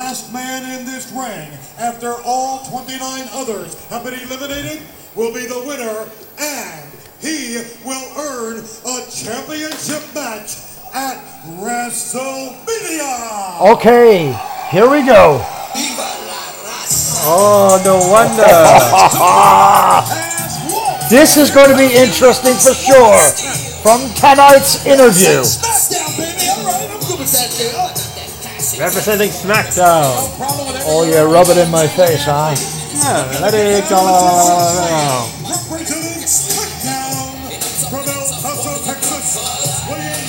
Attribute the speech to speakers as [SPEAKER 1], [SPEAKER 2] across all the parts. [SPEAKER 1] last man in this ring, after all 29 others have been eliminated, will be the winner, and he will earn a championship match at WrestleMania.
[SPEAKER 2] Okay, here we go.
[SPEAKER 3] Oh, no wonder.
[SPEAKER 1] As one,
[SPEAKER 2] This is going to be interesting for sure from tonight's interview.
[SPEAKER 4] Smackdown, baby. All right, I'm good with that. There. Oh, I got that classic.
[SPEAKER 3] Representing SmackDown.
[SPEAKER 4] Problem with everything.
[SPEAKER 2] Oh, yeah, rub it in my face, huh?
[SPEAKER 3] Yeah, let it go.
[SPEAKER 1] representing SmackDown from El Paso, Texas, weighing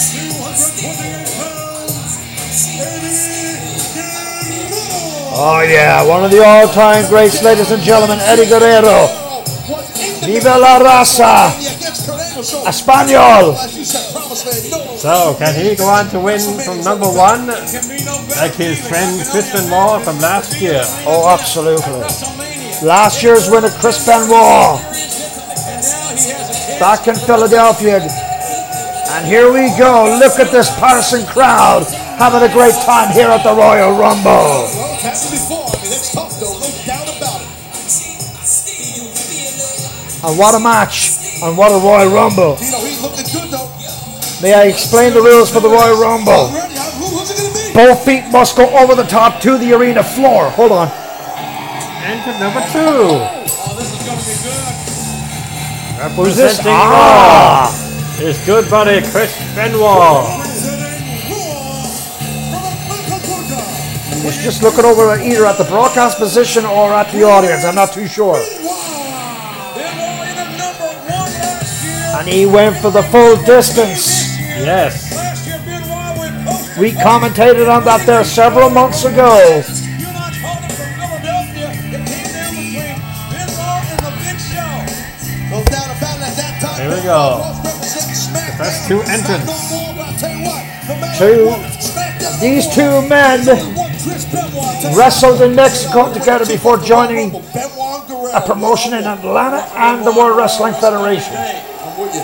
[SPEAKER 1] 228 pounds, Eddie Guerrero.
[SPEAKER 2] Oh, yeah, one of the all time greats, ladies and gentlemen, Eddie Guerrero.
[SPEAKER 4] What in the-
[SPEAKER 2] Viva la raza.
[SPEAKER 4] Yeah, against Carreno, so-
[SPEAKER 1] Oh,
[SPEAKER 2] Espanol.
[SPEAKER 4] As you said, promise me, no.
[SPEAKER 3] So, can he go on to win from number one, like his friend Chris Benoit from last year?
[SPEAKER 2] Oh, absolutely. Last year's winner, Chris Benoit, back in Philadelphia. And here we go. Look at this partisan crowd having a great time here at the Royal Rumble.
[SPEAKER 4] Well, it's happened before. I mean, that's tough, though. No doubt about it.
[SPEAKER 2] And what a match. And what a Royal Rumble.
[SPEAKER 4] You know, he's looking good, though.
[SPEAKER 2] May I explain the rules for the Royal Rumble?
[SPEAKER 4] Already, I- who- who's it gonna be?
[SPEAKER 2] Both feet must go over the top to the arena floor. Hold on.
[SPEAKER 3] And to number two,
[SPEAKER 2] Who's this?
[SPEAKER 3] Presenting
[SPEAKER 2] Ah!
[SPEAKER 3] his good buddy Chris Benoit.
[SPEAKER 1] Representing Raw from Atlanta, Georgia,
[SPEAKER 2] Was just looking over either at the broadcast position or at the audience. I'm not too sure. And he went for the full distance.
[SPEAKER 3] Yes.
[SPEAKER 2] We commentated on that there several months ago.
[SPEAKER 4] No doubt about it. At that time,
[SPEAKER 3] Here we go.
[SPEAKER 4] Ross representing SmackDown.
[SPEAKER 3] That's two entrants.
[SPEAKER 4] Not no more, but I tell you what, no matter
[SPEAKER 2] Two-
[SPEAKER 4] what, SmackDown
[SPEAKER 2] These
[SPEAKER 4] number
[SPEAKER 2] two men
[SPEAKER 4] one, Chris Benoit takes
[SPEAKER 2] wrestled in Mexico together before joining
[SPEAKER 4] Benoit Guerrero.
[SPEAKER 2] a promotion in Atlanta and the World Wrestling Federation.
[SPEAKER 4] I'm with you.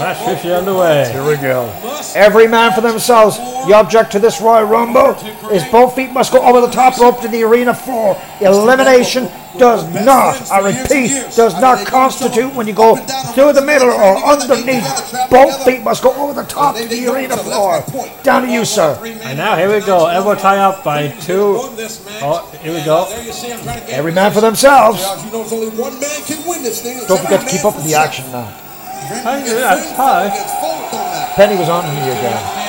[SPEAKER 3] Match officially underway.
[SPEAKER 2] Here we go. Every man for themselves. The object to this Royal Rumble is both feet must go over the top rope to the arena floor. Elimination does not, I repeat, does not constitute when you go through the middle or underneath. Both feet must go over the top to the arena floor. Down to you, sir.
[SPEAKER 3] And now here we go. Elbow tie up by two. Oh, here we go.
[SPEAKER 2] Every man for themselves.
[SPEAKER 4] Guys, you know it's only one man can win this thing. It's
[SPEAKER 2] Don't forget to
[SPEAKER 4] every
[SPEAKER 2] keep
[SPEAKER 4] man
[SPEAKER 2] up
[SPEAKER 4] for
[SPEAKER 2] with the action now.
[SPEAKER 4] himself.
[SPEAKER 3] I do, that's high.
[SPEAKER 4] Gets focused on that.
[SPEAKER 2] Penny was on here again.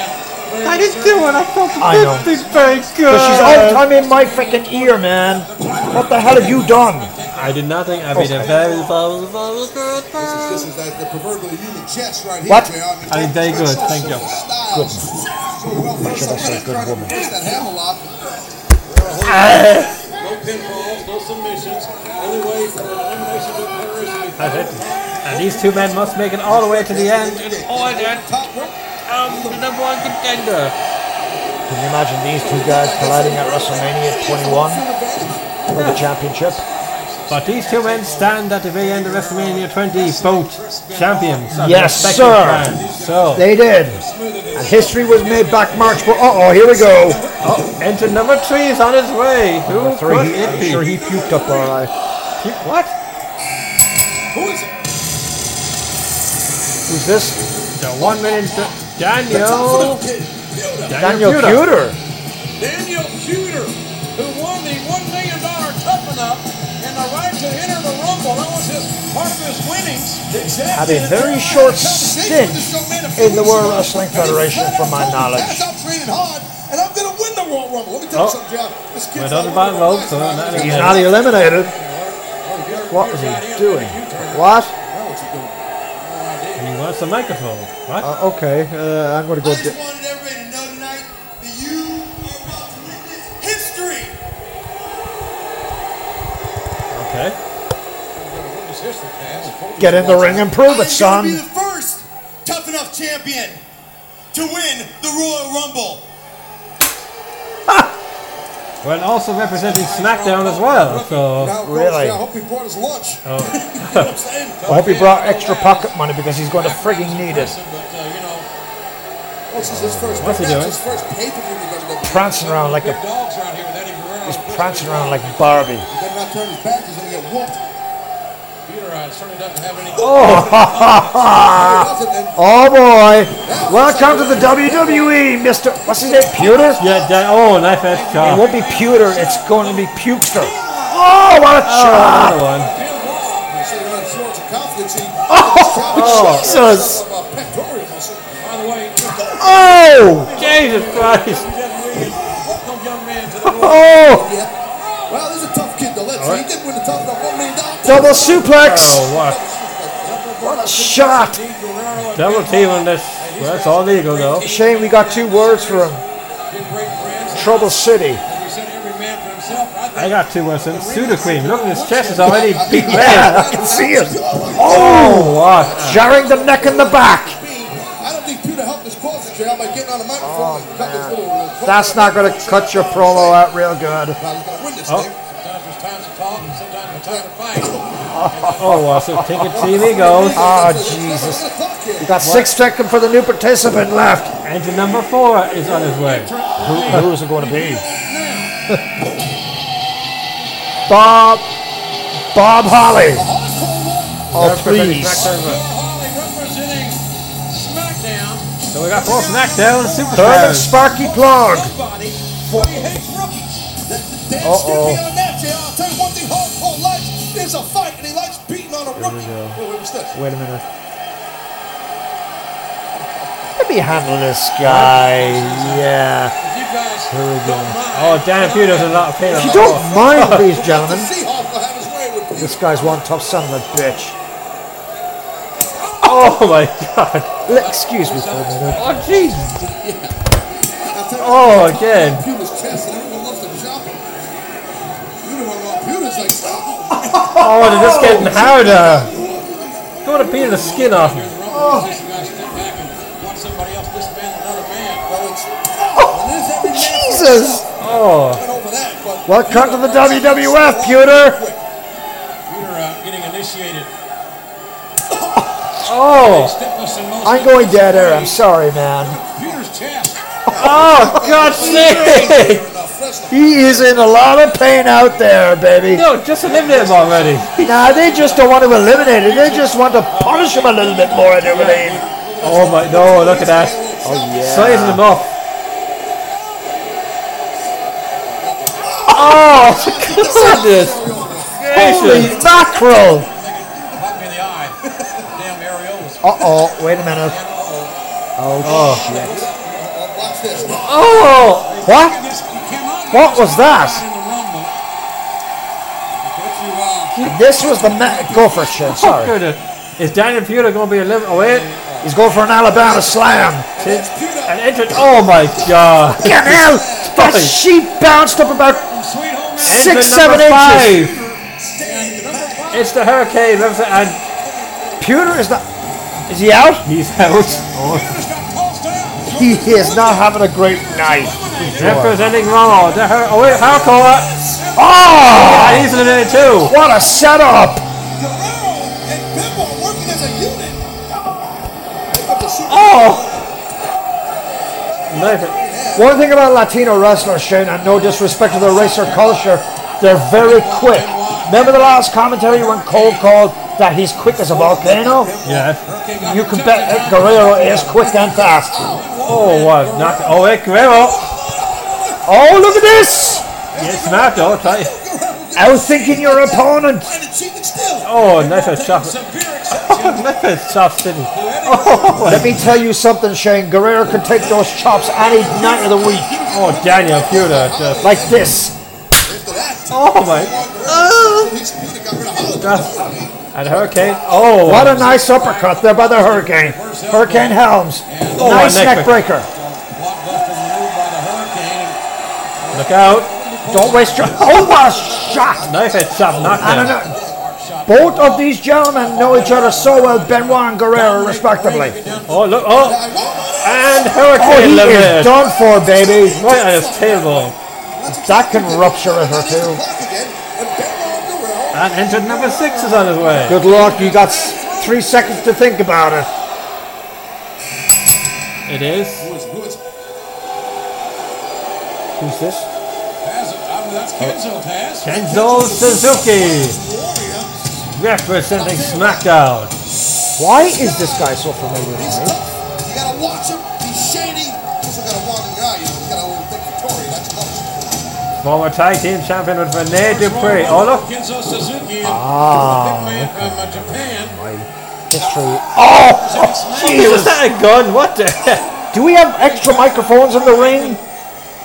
[SPEAKER 3] I didn't do it. I felt
[SPEAKER 2] I know.
[SPEAKER 3] this is very good.
[SPEAKER 2] But she's all time in my freaking ear, man. What the hell have you done?
[SPEAKER 3] I did not think I'd be the very first good.
[SPEAKER 4] This is like the proverbial human chest right here.
[SPEAKER 2] What?
[SPEAKER 4] JR. I mean,
[SPEAKER 3] I think they good, thank you.
[SPEAKER 4] Good. Make sure that's a good woman. That ham a lot.
[SPEAKER 5] No pinfalls, no submissions. Only way for an elimination to occur is if
[SPEAKER 3] That's it. And these two men must make it all the way to the end in order to
[SPEAKER 4] Top rope.
[SPEAKER 3] become Um, the number one contender.
[SPEAKER 2] Can you imagine these two guys colliding at WrestleMania 21 for the championship?
[SPEAKER 3] But these two men stand at the very end of WrestleMania 20, both champions.
[SPEAKER 2] Yes,
[SPEAKER 3] of their respective
[SPEAKER 2] sir.
[SPEAKER 3] brands. So,
[SPEAKER 2] They did. And history was made back March. Well, uh oh, here we go.
[SPEAKER 3] oh, enter number three is on his way. Who could
[SPEAKER 2] he,
[SPEAKER 3] it
[SPEAKER 2] I'm
[SPEAKER 3] be?
[SPEAKER 2] sure he puked up all right.
[SPEAKER 3] He- what?
[SPEAKER 4] Who is it?
[SPEAKER 2] Who's this?
[SPEAKER 3] The one minute Da- Daniel.
[SPEAKER 4] Top rope kid. Build up.
[SPEAKER 2] Daniel
[SPEAKER 3] Pewter.
[SPEAKER 2] Pewter.
[SPEAKER 5] Daniel Cuter, who won the one million dollar tough enough and the right to enter the rumble. That was his part of his winnings.
[SPEAKER 2] Had a very short stint in the World Wrestling Federation, from my knowledge.
[SPEAKER 4] That's I'm training hard, and I'm gonna win the World Rumble. Let me tell you
[SPEAKER 3] Oh.
[SPEAKER 4] something, John. This kid's
[SPEAKER 3] Went on the
[SPEAKER 4] not
[SPEAKER 3] bottom
[SPEAKER 4] winning
[SPEAKER 3] rope, so
[SPEAKER 4] twice,
[SPEAKER 3] not
[SPEAKER 4] guys.
[SPEAKER 2] He's not eliminated. What was he doing? What?
[SPEAKER 3] He wants the microphone. What?
[SPEAKER 2] Uh, okay, uh, I'm going to go.
[SPEAKER 6] I just wanted everybody to know tonight that you are about to witness history.
[SPEAKER 3] Okay.
[SPEAKER 2] get in the ring and prove
[SPEAKER 6] I
[SPEAKER 2] it,
[SPEAKER 6] am going to be
[SPEAKER 2] son.
[SPEAKER 6] the first tough enough champion to win the Royal Rumble.
[SPEAKER 3] Well, and also representing SmackDown as well. So, oh.
[SPEAKER 4] Now, coach,
[SPEAKER 2] Really?
[SPEAKER 4] I hope he brought his lunch.
[SPEAKER 7] uh,
[SPEAKER 2] I hope he brought extra pocket money because he's going to frigging need it.
[SPEAKER 5] But, uh, you know,
[SPEAKER 7] This is his first.
[SPEAKER 3] What's he
[SPEAKER 7] that's
[SPEAKER 3] doing?
[SPEAKER 7] His first pay-per-view in WWE.
[SPEAKER 2] Prancing around like
[SPEAKER 4] Big
[SPEAKER 2] a
[SPEAKER 4] dogs around here with Eddie Guerrero.
[SPEAKER 2] he's prancing around like Barbie.
[SPEAKER 7] He better not turn his back. He's gonna get whooped.
[SPEAKER 4] Peter uh, certainly doesn't have any.
[SPEAKER 3] Oh, ah.
[SPEAKER 7] He doesn't, and
[SPEAKER 2] Oh boy! Welcome to the WWE, Mister. What's his name? Pewter?
[SPEAKER 3] Yeah, that, oh, knife edge
[SPEAKER 2] It
[SPEAKER 3] chop.
[SPEAKER 2] won't be pewter. It's going to be pukester. Oh, what a chop!
[SPEAKER 3] Another one.
[SPEAKER 7] you see, when it's sorts of confidence, he-
[SPEAKER 2] Oh,
[SPEAKER 7] He's trying to
[SPEAKER 2] Jesus.
[SPEAKER 7] shove up, uh, pectoral muscle.
[SPEAKER 4] By the way,
[SPEAKER 2] Oh!
[SPEAKER 3] Jesus Christ.
[SPEAKER 4] welcome young man to the world.
[SPEAKER 2] Oh!
[SPEAKER 7] Yeah. Well, this is a tough kid to let. So he did win the tough enough one million dollars.
[SPEAKER 2] Double suplex!
[SPEAKER 3] Oh, what?
[SPEAKER 2] What a shot!
[SPEAKER 4] Eddie Guerrero,
[SPEAKER 3] Double team on this. Well, that's all legal, though.
[SPEAKER 2] Shane, we got two words for him.
[SPEAKER 4] been great friends.
[SPEAKER 2] Trouble
[SPEAKER 4] As
[SPEAKER 2] City.
[SPEAKER 4] we said, every man for himself. I
[SPEAKER 3] I
[SPEAKER 4] think
[SPEAKER 3] got two words in. Pseudo Queen. Look at his chest is already beat red.
[SPEAKER 2] I can see it.
[SPEAKER 3] Oh, what?
[SPEAKER 2] Jarring the neck and the back.
[SPEAKER 7] I don't think Peter helped his cause trail by getting on the microphone and cut this little. little-
[SPEAKER 2] That's not going to cut your promo out real good.
[SPEAKER 7] Well, he's gonna win this thing.
[SPEAKER 4] sometimes there's time to talk and sometimes there's time to fight.
[SPEAKER 3] Oh, well, so ticket TV goes.
[SPEAKER 2] Ah, Jesus. We got six second for the new participant left.
[SPEAKER 3] And to number four is on his way.
[SPEAKER 2] Who, who's it going to be? Bob. Bob Holly. Oh, please.
[SPEAKER 4] Bill Holly representing SmackDown.
[SPEAKER 3] So we got four SmackDown Super
[SPEAKER 2] Herman
[SPEAKER 3] Stars.
[SPEAKER 2] Sparky Plug.
[SPEAKER 4] Nobody.
[SPEAKER 7] He hates rookies. That that
[SPEAKER 2] Uh-oh.
[SPEAKER 7] should be on that, JR. I'll tell you one thing Hardcore likes is a fight, and he likes beating on a rookie. Wait, wait, what's this?
[SPEAKER 2] Wait a minute. Let me handle this guy. Yeah.
[SPEAKER 4] If you guys
[SPEAKER 3] Here we go.
[SPEAKER 4] don't mind,
[SPEAKER 3] Oh, Dan Pew does a lot of pain on
[SPEAKER 2] You
[SPEAKER 3] that
[SPEAKER 2] don't
[SPEAKER 3] ball.
[SPEAKER 2] mind these
[SPEAKER 7] To
[SPEAKER 2] gentlemen.
[SPEAKER 7] see Hardcore have his way with Peter.
[SPEAKER 2] This guy's one tough son of a bitch.
[SPEAKER 3] Oh, my God.
[SPEAKER 2] L- excuse me for a minute.
[SPEAKER 3] Oh, Jesus.
[SPEAKER 7] I'll tell you
[SPEAKER 3] Oh,
[SPEAKER 7] one thing,
[SPEAKER 3] again.
[SPEAKER 7] Peter's chest, and everyone loves to jump him. You know what, Peter's like, oh,
[SPEAKER 3] Oh, they're just getting harder. Going to peel the skin off him.
[SPEAKER 4] here's the rumble. You guys step back and watch somebody else disband another man.
[SPEAKER 7] well, it's, oh, and there's every man for
[SPEAKER 2] Jesus.
[SPEAKER 7] himself.
[SPEAKER 3] Oh,
[SPEAKER 7] Went over that, but
[SPEAKER 2] Welcome to
[SPEAKER 7] Peter
[SPEAKER 2] the
[SPEAKER 7] likes it.
[SPEAKER 2] WWF, Pewter.
[SPEAKER 4] Peter uh, getting initiated.
[SPEAKER 2] Oh,
[SPEAKER 4] Step with some motion.
[SPEAKER 2] I'm going dead air. I'm sorry, man.
[SPEAKER 4] Peter's chest.
[SPEAKER 3] oh, God's sake!
[SPEAKER 2] He is in a lot of pain out there, baby.
[SPEAKER 3] No, just eliminate him already.
[SPEAKER 2] Nah, they just don't want to eliminate it. They just want to punish him a little bit more, I do believe.
[SPEAKER 3] Oh my, no, look at that.
[SPEAKER 2] Oh,
[SPEAKER 3] Sizing
[SPEAKER 2] yeah.
[SPEAKER 3] him up. Oh, goodness
[SPEAKER 2] Holy
[SPEAKER 3] gracious.
[SPEAKER 2] mackerel.
[SPEAKER 4] Pop me in the eye. Damn areolas.
[SPEAKER 2] Uh-oh, wait a minute. Oh, shit.
[SPEAKER 7] Watch this.
[SPEAKER 3] Oh,
[SPEAKER 2] What? What was that? This was the ma- go for it, shit. Sorry,
[SPEAKER 3] goodness. Is Daniel Pewter going to be eliminated? Oh, wait.
[SPEAKER 2] he's going for an Alabama slam.
[SPEAKER 3] An entrance. Oh my god.
[SPEAKER 2] Fucking hell! That
[SPEAKER 3] Sorry.
[SPEAKER 2] sheep bounced up about
[SPEAKER 3] Entrance
[SPEAKER 2] six,
[SPEAKER 3] number
[SPEAKER 2] seven inches.
[SPEAKER 3] five. It's the Hurricane. represent- And
[SPEAKER 2] Pewter is not. Is he out?
[SPEAKER 3] he's out.
[SPEAKER 2] He is not having a great night.
[SPEAKER 3] Representing Raw. The Hur- oh, wait, Hardcore.
[SPEAKER 2] Oh!
[SPEAKER 3] And he's eliminated too.
[SPEAKER 2] What a setup!
[SPEAKER 7] Guerrero and Bimbo working as a unit. Pick up the super-
[SPEAKER 3] Oh! Knife
[SPEAKER 2] One thing about Latino wrestlers, Shane, and no disrespect to their race or culture, they're very quick. Remember the last commentary when Cole called that he's quick as a volcano?
[SPEAKER 3] Yeah.
[SPEAKER 2] You can bet that Guerrero is quick and fast.
[SPEAKER 3] Oh, what? Not. Oh, wait, Guerrero.
[SPEAKER 2] Oh, look at this!
[SPEAKER 3] Yes, not though. Tell you.
[SPEAKER 2] Outthinking your opponent.
[SPEAKER 7] And it's cheating still.
[SPEAKER 3] Oh, knife edge chop.
[SPEAKER 4] Severe exception.
[SPEAKER 3] Knife edge chop sitting.
[SPEAKER 2] Let me tell you something, Shane. Guerrero could take those chops any night of the week,
[SPEAKER 3] Oh, Daniel Pewter. Just.
[SPEAKER 2] like this.
[SPEAKER 7] After that,
[SPEAKER 3] Oh my.
[SPEAKER 7] Guerrero, he's unit got rid of Holland.
[SPEAKER 3] Oh And Hurricane. Oh.
[SPEAKER 2] What a nice uppercut there by the Hurricane. Hurricane Helms.
[SPEAKER 3] Oh,
[SPEAKER 2] Nice
[SPEAKER 3] a
[SPEAKER 2] neck breaker.
[SPEAKER 4] Blockbuster maneuver by the Hurricane.
[SPEAKER 3] Look out.
[SPEAKER 2] Don't waste your. Oh, what a shot!
[SPEAKER 3] Knife edge chop
[SPEAKER 2] And
[SPEAKER 3] knockdown.
[SPEAKER 2] an- both of these gentlemen know each other so well, Benoit and Guerrero, respectively.
[SPEAKER 3] Oh, look. Oh. And
[SPEAKER 2] Oh,
[SPEAKER 3] Hurricane
[SPEAKER 2] he is
[SPEAKER 3] eliminated.
[SPEAKER 2] done for, baby.
[SPEAKER 3] Right on his tailbone.
[SPEAKER 2] That can rupture it or
[SPEAKER 7] He's
[SPEAKER 2] two.
[SPEAKER 7] back again, and Bimbo and Guerrero.
[SPEAKER 3] And entered number six is on his way.
[SPEAKER 2] Good luck. You got s- three seconds to think about it.
[SPEAKER 3] It is.
[SPEAKER 4] who it's
[SPEAKER 2] Who's this?
[SPEAKER 4] Taz, I mean, that's Kenzo Taz.
[SPEAKER 3] Kenzo Suzuki representing SmackDown.
[SPEAKER 2] Why is this guy so familiar
[SPEAKER 7] He's
[SPEAKER 2] to me?
[SPEAKER 7] tough. You gotta watch him. He's shady. Also gotta watch him. Yeah, you know, he's got a little bit Victoria. That's tough.
[SPEAKER 3] Former tag team champion with Rene Dupree. Oh look,
[SPEAKER 4] Kenzo Suzuki.
[SPEAKER 2] Ah,
[SPEAKER 4] Big man from uh, Japan.
[SPEAKER 2] My history. Oh,
[SPEAKER 3] Hey, was that a gun? What the heck?
[SPEAKER 2] do we have extra microphones in the ring?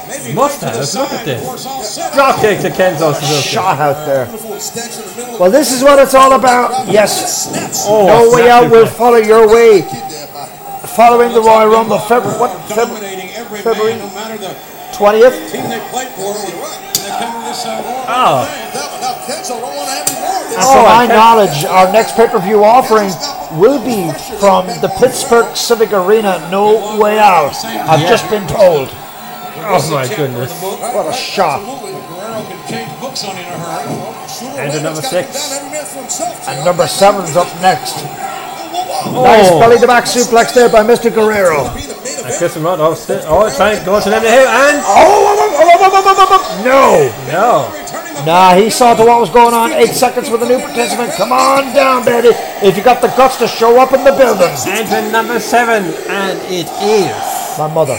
[SPEAKER 4] Maybe
[SPEAKER 3] Must
[SPEAKER 4] right to the
[SPEAKER 3] have. Look at
[SPEAKER 4] side.
[SPEAKER 3] this.
[SPEAKER 4] Of course, all set up.
[SPEAKER 3] Dropkick to Kenzo Suzuki.
[SPEAKER 2] Shot out there.
[SPEAKER 7] Beautiful extension in the middle of
[SPEAKER 2] Well, this is what it's all about. Yes.
[SPEAKER 7] snaps.
[SPEAKER 3] Oh,
[SPEAKER 2] No way out. We'll
[SPEAKER 3] with
[SPEAKER 2] follow your way.
[SPEAKER 7] Kid there by
[SPEAKER 2] Following the Royal Rumble, February what? February
[SPEAKER 4] Dominating every
[SPEAKER 2] February.
[SPEAKER 4] man, no matter the
[SPEAKER 2] twentieth.
[SPEAKER 4] team they play for. You're right. They come to this uh, side.
[SPEAKER 2] Uh.
[SPEAKER 3] Oh.
[SPEAKER 7] that one. Now Kenzo don't want to have any more of this.
[SPEAKER 2] And to
[SPEAKER 3] I
[SPEAKER 2] my
[SPEAKER 3] can't-
[SPEAKER 2] knowledge, our next pay-per-view offering will be from the Pittsburgh Civic Arena. No way out. I've just been told.
[SPEAKER 3] Oh my goodness.
[SPEAKER 2] What a shock.
[SPEAKER 4] Absolutely. Guerrero can change books on in a hurry.
[SPEAKER 3] And
[SPEAKER 7] Roman's
[SPEAKER 3] another six.
[SPEAKER 7] gotta come down every man for himself,
[SPEAKER 2] And
[SPEAKER 7] Jay.
[SPEAKER 2] number seven's up next.
[SPEAKER 7] Whoa, whoa, whoa.
[SPEAKER 2] Nice
[SPEAKER 3] Oh.
[SPEAKER 2] belly to back suplex there by Mr. Guerrero.
[SPEAKER 7] Be the main event.
[SPEAKER 3] Chris Ramon, oh, st- oh, trying to go to the hill and
[SPEAKER 2] Oh, oh, oh, oh, oh, oh, oh, oh, no.
[SPEAKER 3] no.
[SPEAKER 2] Nah, he saw to what was going on. Eight seconds for the new participant. Come on down, baby. If you got the guts to show up in the building.
[SPEAKER 3] And the number seven, and it is.
[SPEAKER 2] My mother.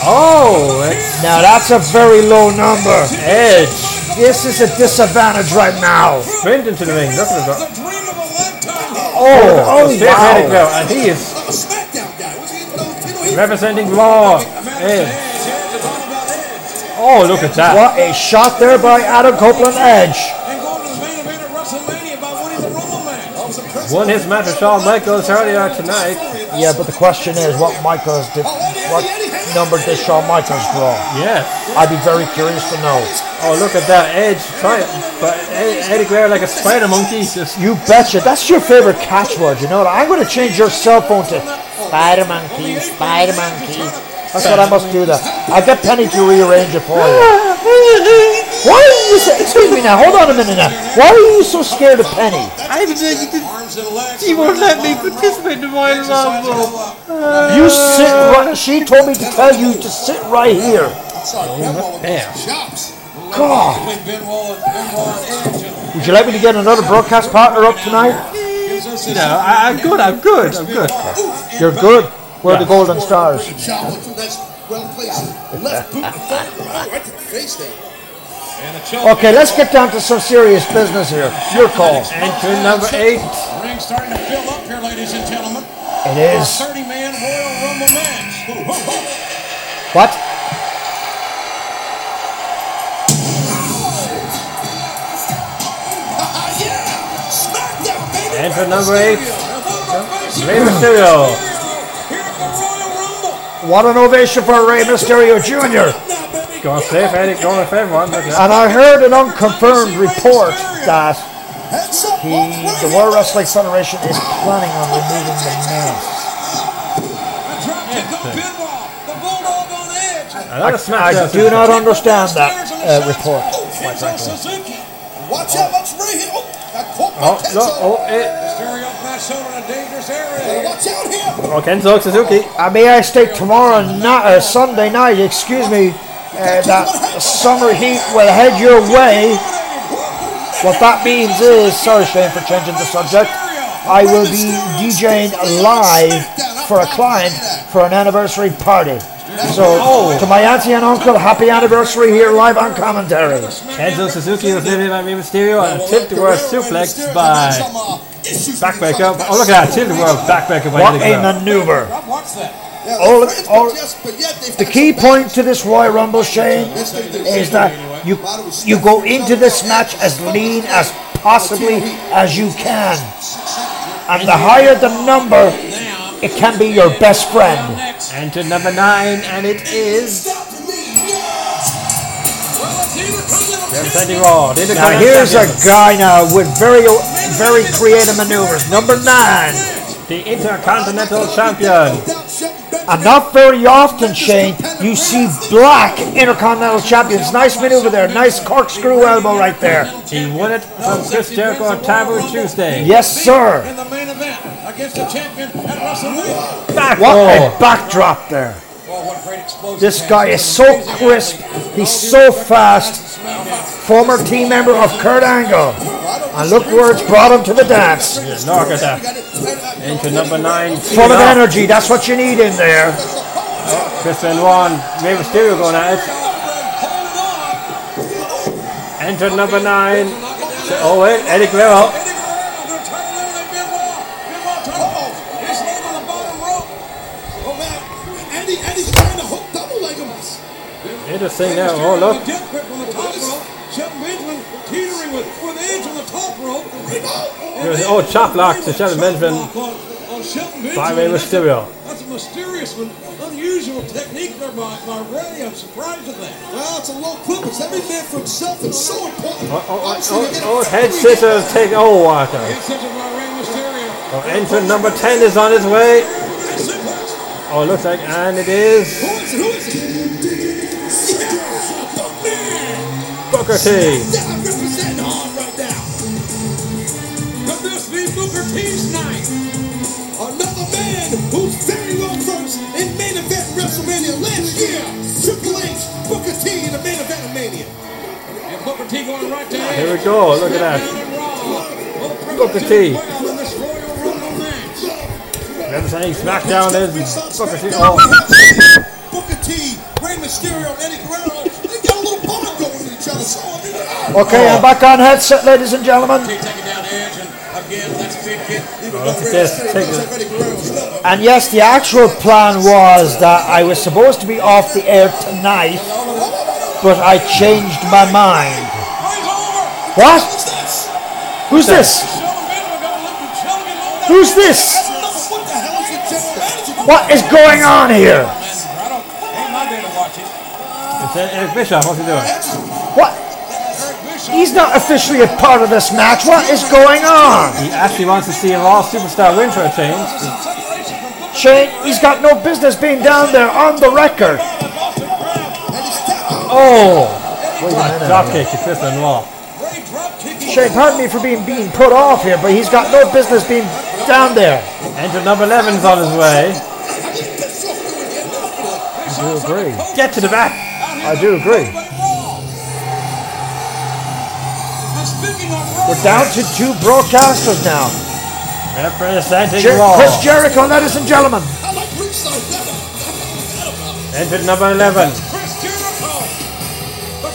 [SPEAKER 3] Oh, it's
[SPEAKER 2] Now that's a very low number.
[SPEAKER 3] Edge.
[SPEAKER 2] This is a disadvantage right now.
[SPEAKER 3] Sprint into the ring. Look at that.
[SPEAKER 7] The dream of a lifetime.
[SPEAKER 2] Oh,
[SPEAKER 3] Oh,
[SPEAKER 2] oh
[SPEAKER 3] straight headed
[SPEAKER 2] wow.
[SPEAKER 3] blow, and he is
[SPEAKER 7] Like a SmackDown guy. What's he, you know, you know, he-
[SPEAKER 3] representing Raw. Edge. Oh, look at that.
[SPEAKER 2] What a shot there by Adam Copeland Edge.
[SPEAKER 4] And going to the main event at WrestleMania by winning the Rumble match.
[SPEAKER 7] I was impressed.
[SPEAKER 3] Won his match with Shawn Michaels earlier tonight.
[SPEAKER 2] Yeah, but the question is, what Michaels did, what number did Shawn Michaels draw?
[SPEAKER 3] Yes.
[SPEAKER 2] I'd be very curious to know.
[SPEAKER 3] Oh, look at that. Edge try it. But Ed- Eddie Guerrero like a spider monkey. Just
[SPEAKER 2] You betcha. That's your favorite catchword. You know what? I'm going to change your cell phone to Spider Monkey, Spider Monkey. That's what I must do there. I'll get Penny to rearrange it for you. Why are you so, excuse me now, hold on a minute now. Why are you so scared of Penny?
[SPEAKER 3] I didn't
[SPEAKER 4] Arms and legs.
[SPEAKER 3] He won't let me participate in the Royal Rumble.
[SPEAKER 2] You sit right, she told me to tell you to sit right here.
[SPEAKER 7] Sorry, Benoit with
[SPEAKER 3] Yeah.
[SPEAKER 7] those chops.
[SPEAKER 2] God.
[SPEAKER 4] Between Benoit and Benoit and Edge. and
[SPEAKER 2] Would you like me to get another broadcast partner up tonight?
[SPEAKER 4] gives us this-
[SPEAKER 3] No, I, I'm good. I'm good. I'm good.
[SPEAKER 2] You're good. Where are the golden stars?
[SPEAKER 7] Chop with two nice, well placed left boot. Oh, right to the face there.
[SPEAKER 4] And a chop.
[SPEAKER 2] Okay, let's get down to some serious business here. Your call.
[SPEAKER 3] Entry number eight.
[SPEAKER 4] Ring starting to fill up here, ladies and gentlemen.
[SPEAKER 2] It is.
[SPEAKER 4] 30 man Royal Rumble match. Ooh, whoa, whoa.
[SPEAKER 2] What?
[SPEAKER 7] Ah, yeah! SmackDown, baby!
[SPEAKER 3] Enter number eight. Rey
[SPEAKER 4] Rey
[SPEAKER 3] Mysterio.
[SPEAKER 4] Here at the Royal Rumble.
[SPEAKER 2] What an ovation for Rey Mysterio Jr.
[SPEAKER 7] Now, baby!
[SPEAKER 3] Going safe, Eddie. Going for everyone. Look at that.
[SPEAKER 2] And I heard an unconfirmed report that
[SPEAKER 7] Heads up,
[SPEAKER 2] he,
[SPEAKER 7] Roman Reigns.
[SPEAKER 2] the World Wrestling Federation is planning on removing the mask.
[SPEAKER 4] A drop kick on Benoit. The Bulldog on edge.
[SPEAKER 2] I
[SPEAKER 3] Another SmackDown.
[SPEAKER 2] do not
[SPEAKER 4] Kick
[SPEAKER 2] understand that
[SPEAKER 4] upstairs and
[SPEAKER 2] uh,
[SPEAKER 4] the shots.
[SPEAKER 2] report.
[SPEAKER 4] Oh, Kenzo Suzuki.
[SPEAKER 7] Watch out, that's Ray here. Oh, got caught by
[SPEAKER 3] Oh,
[SPEAKER 7] Kenzo.
[SPEAKER 3] look. Oh, eh.
[SPEAKER 4] Stereo match over in a dangerous
[SPEAKER 7] Gotta
[SPEAKER 4] area.
[SPEAKER 7] Watch out here.
[SPEAKER 3] Oh, Kenzo Suzuki.
[SPEAKER 2] Uh, may I state tomorrow night, uh, Sunday night, excuse me, uh, that summer heat will head your way. What that means is, sorry Shane for changing the subject, I will be DJing live for a client for an anniversary party. So, to my auntie and uncle, happy anniversary here live on commentary.
[SPEAKER 3] Kenzo Suzuki was living by Rey Mysterio and a tilt towards suplex by backbreaker. Oh, look at that. Tilt towards backbreaker by
[SPEAKER 2] What
[SPEAKER 3] Eddie
[SPEAKER 2] a
[SPEAKER 3] Guerrero.
[SPEAKER 2] maneuver.
[SPEAKER 4] Rob, watch that.
[SPEAKER 2] all- all- The
[SPEAKER 7] the
[SPEAKER 2] key point to this Royal Rumble, Shane, is that you you go into this match as lean as possibly as you can. And the higher the number, it can be your best friend.
[SPEAKER 4] Next.
[SPEAKER 3] And to number nine, and it is
[SPEAKER 4] Well, it's either coming up.
[SPEAKER 3] representing Raw. the
[SPEAKER 2] Now
[SPEAKER 3] Intercontinental
[SPEAKER 2] here's a
[SPEAKER 3] Championship.
[SPEAKER 2] guy now with very very creative maneuvers. Number nine.
[SPEAKER 3] the Intercontinental Champion.
[SPEAKER 2] And not very often, Shane, you see black Intercontinental Champions. Nice maneuver there. Nice corkscrew elbow right there.
[SPEAKER 3] He won it from Chris Jericho on Taboo Tuesday.
[SPEAKER 2] Yes, sir.
[SPEAKER 4] In the main event against the champion at WrestleMania.
[SPEAKER 2] Back, what
[SPEAKER 3] Whoa.
[SPEAKER 2] a backdrop there.
[SPEAKER 4] Well, what great explosion.
[SPEAKER 2] This
[SPEAKER 4] pass.
[SPEAKER 2] guy
[SPEAKER 4] What an
[SPEAKER 2] is so
[SPEAKER 4] amazing
[SPEAKER 2] crisp.
[SPEAKER 4] athlete. All
[SPEAKER 2] He's
[SPEAKER 4] these
[SPEAKER 2] so
[SPEAKER 4] different
[SPEAKER 2] fast.
[SPEAKER 4] passes, SmackDown.
[SPEAKER 2] Former team member of Kurt Angle. And look where it's brought him to the dance.
[SPEAKER 3] Yeah, knock it out. Into number nine.
[SPEAKER 2] Full of energy. That's what you need in there.
[SPEAKER 3] Chris Benoit and Rey Mysterio going at it. Enter number nine. Oh wait, Eddie Guerrero.
[SPEAKER 4] Eddie Guerrero, they're turning over to Benoit. Benoit turns. He's laid on the bottom rope.
[SPEAKER 7] Oh, man. Eddie, Eddie's trying to hook double leg him.
[SPEAKER 3] Interesting there. Oh look.
[SPEAKER 4] Dip grip on the top rope. Shelton Benjamin teetering with, with Edge on the top rope. And
[SPEAKER 3] There's-
[SPEAKER 4] then-
[SPEAKER 3] oh, chop lock to
[SPEAKER 4] Chop
[SPEAKER 3] Shelton Benjamin.
[SPEAKER 4] lock on- on Shelton
[SPEAKER 3] By
[SPEAKER 4] Benjamin.
[SPEAKER 3] Rey
[SPEAKER 4] That's a-
[SPEAKER 3] Mysterio.
[SPEAKER 4] That's a mysterious and unusual technique there by, by Ray. I'm surprised at that.
[SPEAKER 7] Wow, it's a low clip. It's every man for himself. It's so important.
[SPEAKER 3] Oh, oh, oh,
[SPEAKER 7] Honestly, you
[SPEAKER 3] oh,
[SPEAKER 7] get a
[SPEAKER 3] oh, head
[SPEAKER 7] free
[SPEAKER 3] scissors take. Oh, Walker.
[SPEAKER 4] Head scissors by Rey Mysterio.
[SPEAKER 3] Oh, enter number 10 is on his way.
[SPEAKER 4] Suplex.
[SPEAKER 3] Oh, looks like, and it is
[SPEAKER 7] Who is it? Who is it? Yeah, the man.
[SPEAKER 3] Booker T.
[SPEAKER 7] Yeah, I'm representing hard right now.
[SPEAKER 4] Could this be Booker T's night?
[SPEAKER 7] Another man who's very well versed in main event WrestleMania last year. Triple H, Booker T in the main event of Mania.
[SPEAKER 4] And Booker T going right to Edge.
[SPEAKER 3] Here we go. Look at that.
[SPEAKER 4] that.
[SPEAKER 3] Booker T. Representing SmackDown
[SPEAKER 7] Reach
[SPEAKER 3] is
[SPEAKER 7] out
[SPEAKER 3] Booker T.
[SPEAKER 7] straight
[SPEAKER 3] Oh,
[SPEAKER 7] down. Booker T, Rey Mysterio, and Eddie Guerrero, they got a little bond going with each other. So,
[SPEAKER 2] Okay, I'm back on headset, ladies and gentlemen.
[SPEAKER 3] look at this. Take it.
[SPEAKER 2] And yes, the actual plan was that I was supposed to be off the air tonight, but I changed my mind. What? Who's this? Who's this? What is going on here?
[SPEAKER 3] It's Eric Bischoff. What's he doing?
[SPEAKER 2] What? He's not officially a part of this match. What is going on?
[SPEAKER 3] He actually wants to see a Raw superstar win for a change.
[SPEAKER 2] Shane, he's got no business being down there on the record.
[SPEAKER 3] Oh! Wait a minute. Dropkick to Chris Benoit.
[SPEAKER 2] Shane, pardon me for being being put off here, but he's got no business being down there.
[SPEAKER 3] Enter number 11 is on his way. I do agree. Get to the back.
[SPEAKER 2] I do agree. We're down to two broadcasters now.
[SPEAKER 3] Representing
[SPEAKER 2] Jer-
[SPEAKER 3] Raw.
[SPEAKER 2] Chris Jericho, ladies and gentlemen.
[SPEAKER 3] Enter number 11.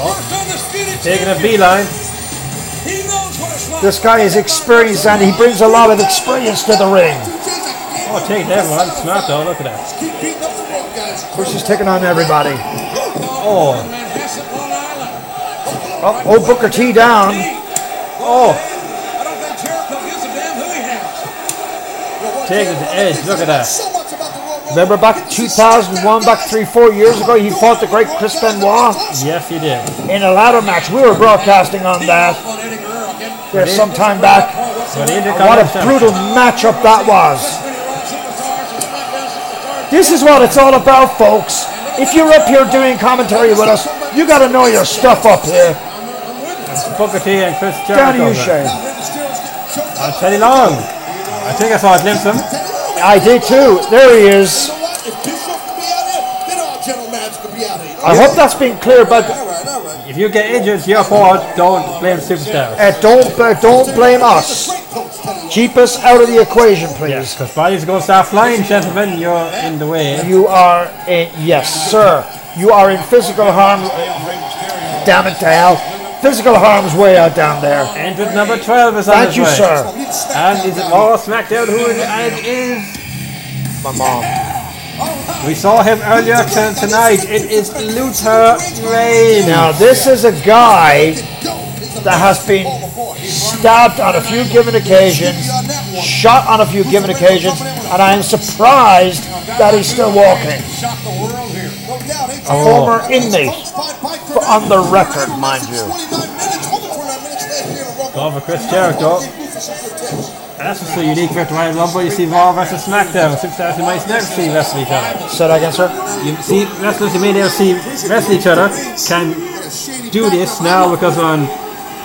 [SPEAKER 3] Oh. Taking a beeline.
[SPEAKER 2] This guy is experienced and he brings a lot of experience to the ring.
[SPEAKER 3] Oh, taking everyone. SmackDown. Look at that.
[SPEAKER 7] Keep beating up the rock, guys.
[SPEAKER 2] Chris is taking on everybody.
[SPEAKER 3] Oh.
[SPEAKER 2] Oh, oh Booker T down.
[SPEAKER 3] Oh.
[SPEAKER 4] I don't think Jericho gives a damn who he has.
[SPEAKER 3] Take it to Edge. Look at that.
[SPEAKER 7] So much about the Royal
[SPEAKER 2] Remember
[SPEAKER 7] Rumble.
[SPEAKER 2] back 2001, back three, four years ago, he fought the great Chris Benoit
[SPEAKER 3] Yes, he did.
[SPEAKER 2] in a ladder match. We were broadcasting on that
[SPEAKER 4] Well, Eddie Guerrero getting
[SPEAKER 2] there some time back.
[SPEAKER 3] But he did
[SPEAKER 2] And what a brutal matchup that was.
[SPEAKER 4] pretty raw superstars and SmackDown superstars.
[SPEAKER 2] This is what it's all about, folks. If you're up here doing commentary with us, you gotta know your stuff up here.
[SPEAKER 3] Booker T and Chris
[SPEAKER 2] Down
[SPEAKER 3] Jericho.
[SPEAKER 2] to you, Shane.
[SPEAKER 3] then. Uh, Teddy Long. I think I saw a glimpse of him.
[SPEAKER 2] I did too. There he is.
[SPEAKER 7] You know what? If Bishop could be out there, then our general manager could be out there.
[SPEAKER 2] I hope that's been clear, but uh,
[SPEAKER 7] All right, all right.
[SPEAKER 3] If you get injured, it's your fault. Don't blame superstars.
[SPEAKER 2] uh, don't uh, don't blame us.
[SPEAKER 7] Great coach, Teddy.
[SPEAKER 2] Keep us out of the equation,
[SPEAKER 3] Yes,
[SPEAKER 2] please.
[SPEAKER 3] because bodies going to start flying, gentlemen. You're in the way.
[SPEAKER 2] You are in, yes, sir. You are in physical harm's. Damn it to hell! Physical harm's way out down there.
[SPEAKER 3] Entered number 12 is on
[SPEAKER 2] Thank
[SPEAKER 3] his
[SPEAKER 2] you,
[SPEAKER 3] way.
[SPEAKER 2] sir.
[SPEAKER 7] We need to smack
[SPEAKER 3] And is it
[SPEAKER 7] down
[SPEAKER 3] all SmackDown who it and is? My mom. We saw him earlier t- tonight. It is Luther Reigns.
[SPEAKER 2] Now this is a guy that has been stabbed on a few given occasions, shot on a few given occasions, and I am surprised that he's still walking.
[SPEAKER 4] Shocked the world here.
[SPEAKER 7] No doubt, ain't
[SPEAKER 2] A
[SPEAKER 3] Oh.
[SPEAKER 7] you?
[SPEAKER 2] former inmate.
[SPEAKER 7] Folks, fight back for
[SPEAKER 2] But
[SPEAKER 7] that.
[SPEAKER 2] Oh, on the record,
[SPEAKER 7] Remember,
[SPEAKER 2] mind
[SPEAKER 7] that's
[SPEAKER 2] you.
[SPEAKER 7] 29 minutes, over 29 minutes left here in the Rumble.
[SPEAKER 3] Go for Chris Jericho. That's what's so unique about the Royal Rumble. You see Raw versus SmackDown. Superstars you might never see wrestle each other.
[SPEAKER 2] Say that again, sir.
[SPEAKER 3] You see wrestlers you may never see wrestle each other can do this now because on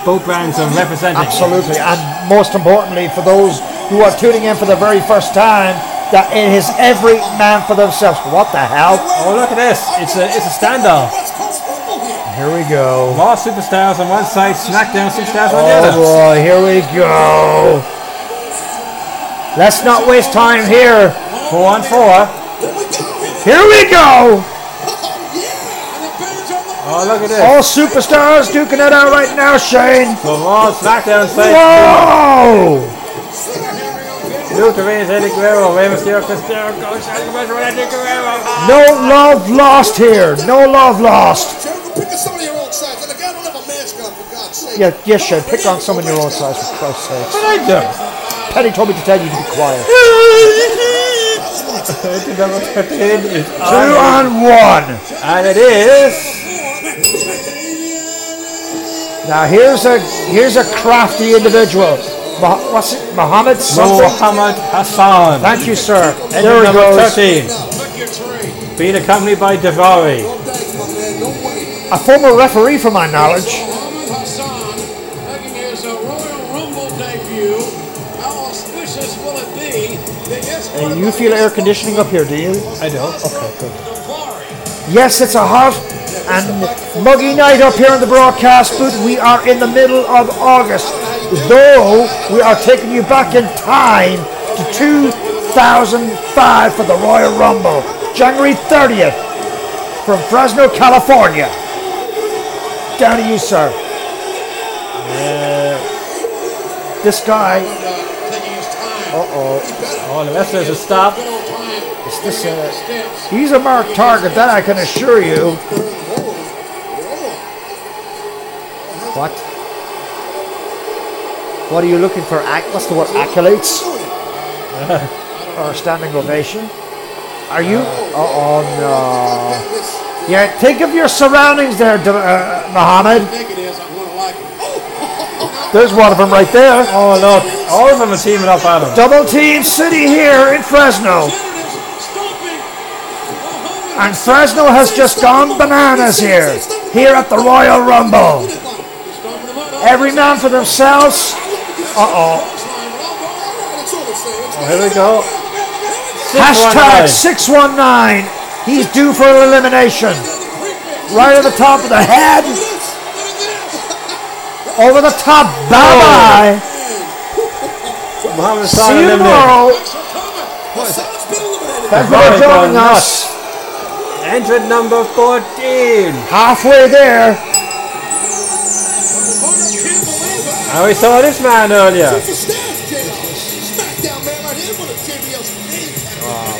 [SPEAKER 3] both brands are representing.
[SPEAKER 2] Absolutely, and most importantly, for those who are tuning in for the very first time that it is every man for themselves. What the hell?
[SPEAKER 3] Oh, look at this. It's a, it's a standoff.
[SPEAKER 2] Here we go.
[SPEAKER 3] Raw superstars on one side, SmackDown superstars on the
[SPEAKER 2] Oh
[SPEAKER 3] other.
[SPEAKER 2] boy, here we go. Let's not waste time here.
[SPEAKER 3] Four on four.
[SPEAKER 2] Here we go.
[SPEAKER 3] Oh, look at this.
[SPEAKER 2] All superstars duking it out right now, Shane.
[SPEAKER 3] The Raw SmackDown side.
[SPEAKER 2] Whoa!
[SPEAKER 3] Luke Reigns, Eddie Guerrero, Rey Mysterio, Chris Jericho, Shawn Michaels, Eddie Guerrero.
[SPEAKER 2] No love lost here. No love lost.
[SPEAKER 7] Jericho, pick us some of your own sides. And the guy don't have a mask on, for God's sake.
[SPEAKER 2] Yeah, yes, Shane. Pick on someone your own size, for Christ's sake.
[SPEAKER 3] What did I
[SPEAKER 2] Penny told me to tell you to be quiet.
[SPEAKER 3] do? Number 13 is
[SPEAKER 2] Two
[SPEAKER 3] on.
[SPEAKER 2] on one.
[SPEAKER 3] And it is.
[SPEAKER 2] Now here's a here's a crafty individual. Mo- what's it? Mohammed something?
[SPEAKER 3] Muhammad Hassan.
[SPEAKER 2] Thank you, sir.
[SPEAKER 3] And
[SPEAKER 2] There he
[SPEAKER 3] number
[SPEAKER 2] goes.
[SPEAKER 3] 13, being accompanied by Davari.
[SPEAKER 2] A former referee, for my knowledge.
[SPEAKER 4] Muhammad Hassan making his uh, Royal Rumble debut. How auspicious will it be? that yes,
[SPEAKER 2] And you feel air conditioning up here, do you?
[SPEAKER 3] I don't.
[SPEAKER 2] Yes, it's a hot and muggy night up here in the broadcast booth. We are in the middle of August, though we are taking you back in time to 2005 for the Royal Rumble, January 30th, from Fresno, California. Down to you, sir. This guy,
[SPEAKER 3] Oh, the wrestlers have stopped.
[SPEAKER 2] is this a, he's a marked target, that I can assure you. What? What are you looking for? Ac- What's the word? Accolades? or a standing ovation? Are you? Oh, oh no. Yeah, think of your surroundings there, D- uh, Muhammad. There's one of them right there.
[SPEAKER 3] Oh, look. All of them are teaming up at him.
[SPEAKER 2] Double Team City here in Fresno. And Fresno has just gone bananas here, here at the Royal Rumble. Every man for themselves. Uh oh.
[SPEAKER 3] Oh, here we go.
[SPEAKER 2] Hashtag 619. He's due for elimination. Right at the top of the head. Over the top. Bye
[SPEAKER 3] Oh,
[SPEAKER 2] bye.
[SPEAKER 3] Muhammad Hassan
[SPEAKER 2] See you
[SPEAKER 3] eliminated.
[SPEAKER 2] tomorrow. Thanks for
[SPEAKER 3] Right,
[SPEAKER 2] joining
[SPEAKER 3] uh,
[SPEAKER 2] us.
[SPEAKER 3] Entered number 14.
[SPEAKER 2] Halfway there.
[SPEAKER 3] And we saw this man earlier.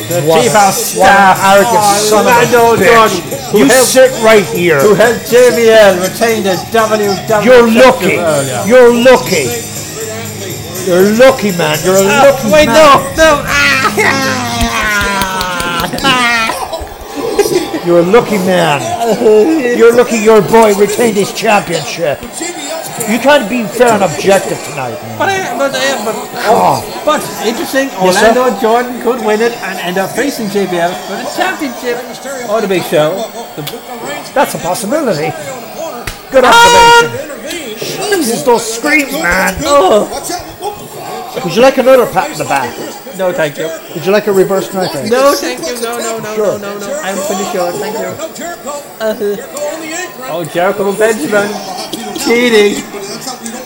[SPEAKER 3] The
[SPEAKER 2] What-
[SPEAKER 3] chief of
[SPEAKER 2] What an
[SPEAKER 3] staff.
[SPEAKER 2] arrogant son
[SPEAKER 3] Orlando
[SPEAKER 2] of a bitch.
[SPEAKER 3] Jordan, who
[SPEAKER 2] Oh, You
[SPEAKER 3] helped,
[SPEAKER 2] sit right here.
[SPEAKER 3] who helped JBL retain the WWE
[SPEAKER 2] You're lucky.
[SPEAKER 3] championship earlier. Ah,
[SPEAKER 2] You're lucky. You're lucky, man. You're a lucky
[SPEAKER 3] Ah, Wait,
[SPEAKER 2] man.
[SPEAKER 3] no, no.
[SPEAKER 2] Ah. You're a lucky man. You're lucky your boy retained his championship. You can't be fair and objective tonight.
[SPEAKER 3] But, I, but, I, but,
[SPEAKER 2] Oh,
[SPEAKER 3] but interesting,
[SPEAKER 2] Yes, sir?
[SPEAKER 3] Orlando Jordan could win it and end up facing JBL for the championship or the big show.
[SPEAKER 2] that's a possibility. Good observation. Jesus, those screams, man.
[SPEAKER 3] Oh,
[SPEAKER 2] Would you like another pat in the back?
[SPEAKER 3] No, thank you.
[SPEAKER 2] Would you like a reverse knife? eh?
[SPEAKER 3] No, thank you. No, no, no, no, no, no. I'm pretty sure. Thank you. Oh, Jericho and Benjamin. Cheating.
[SPEAKER 2] He's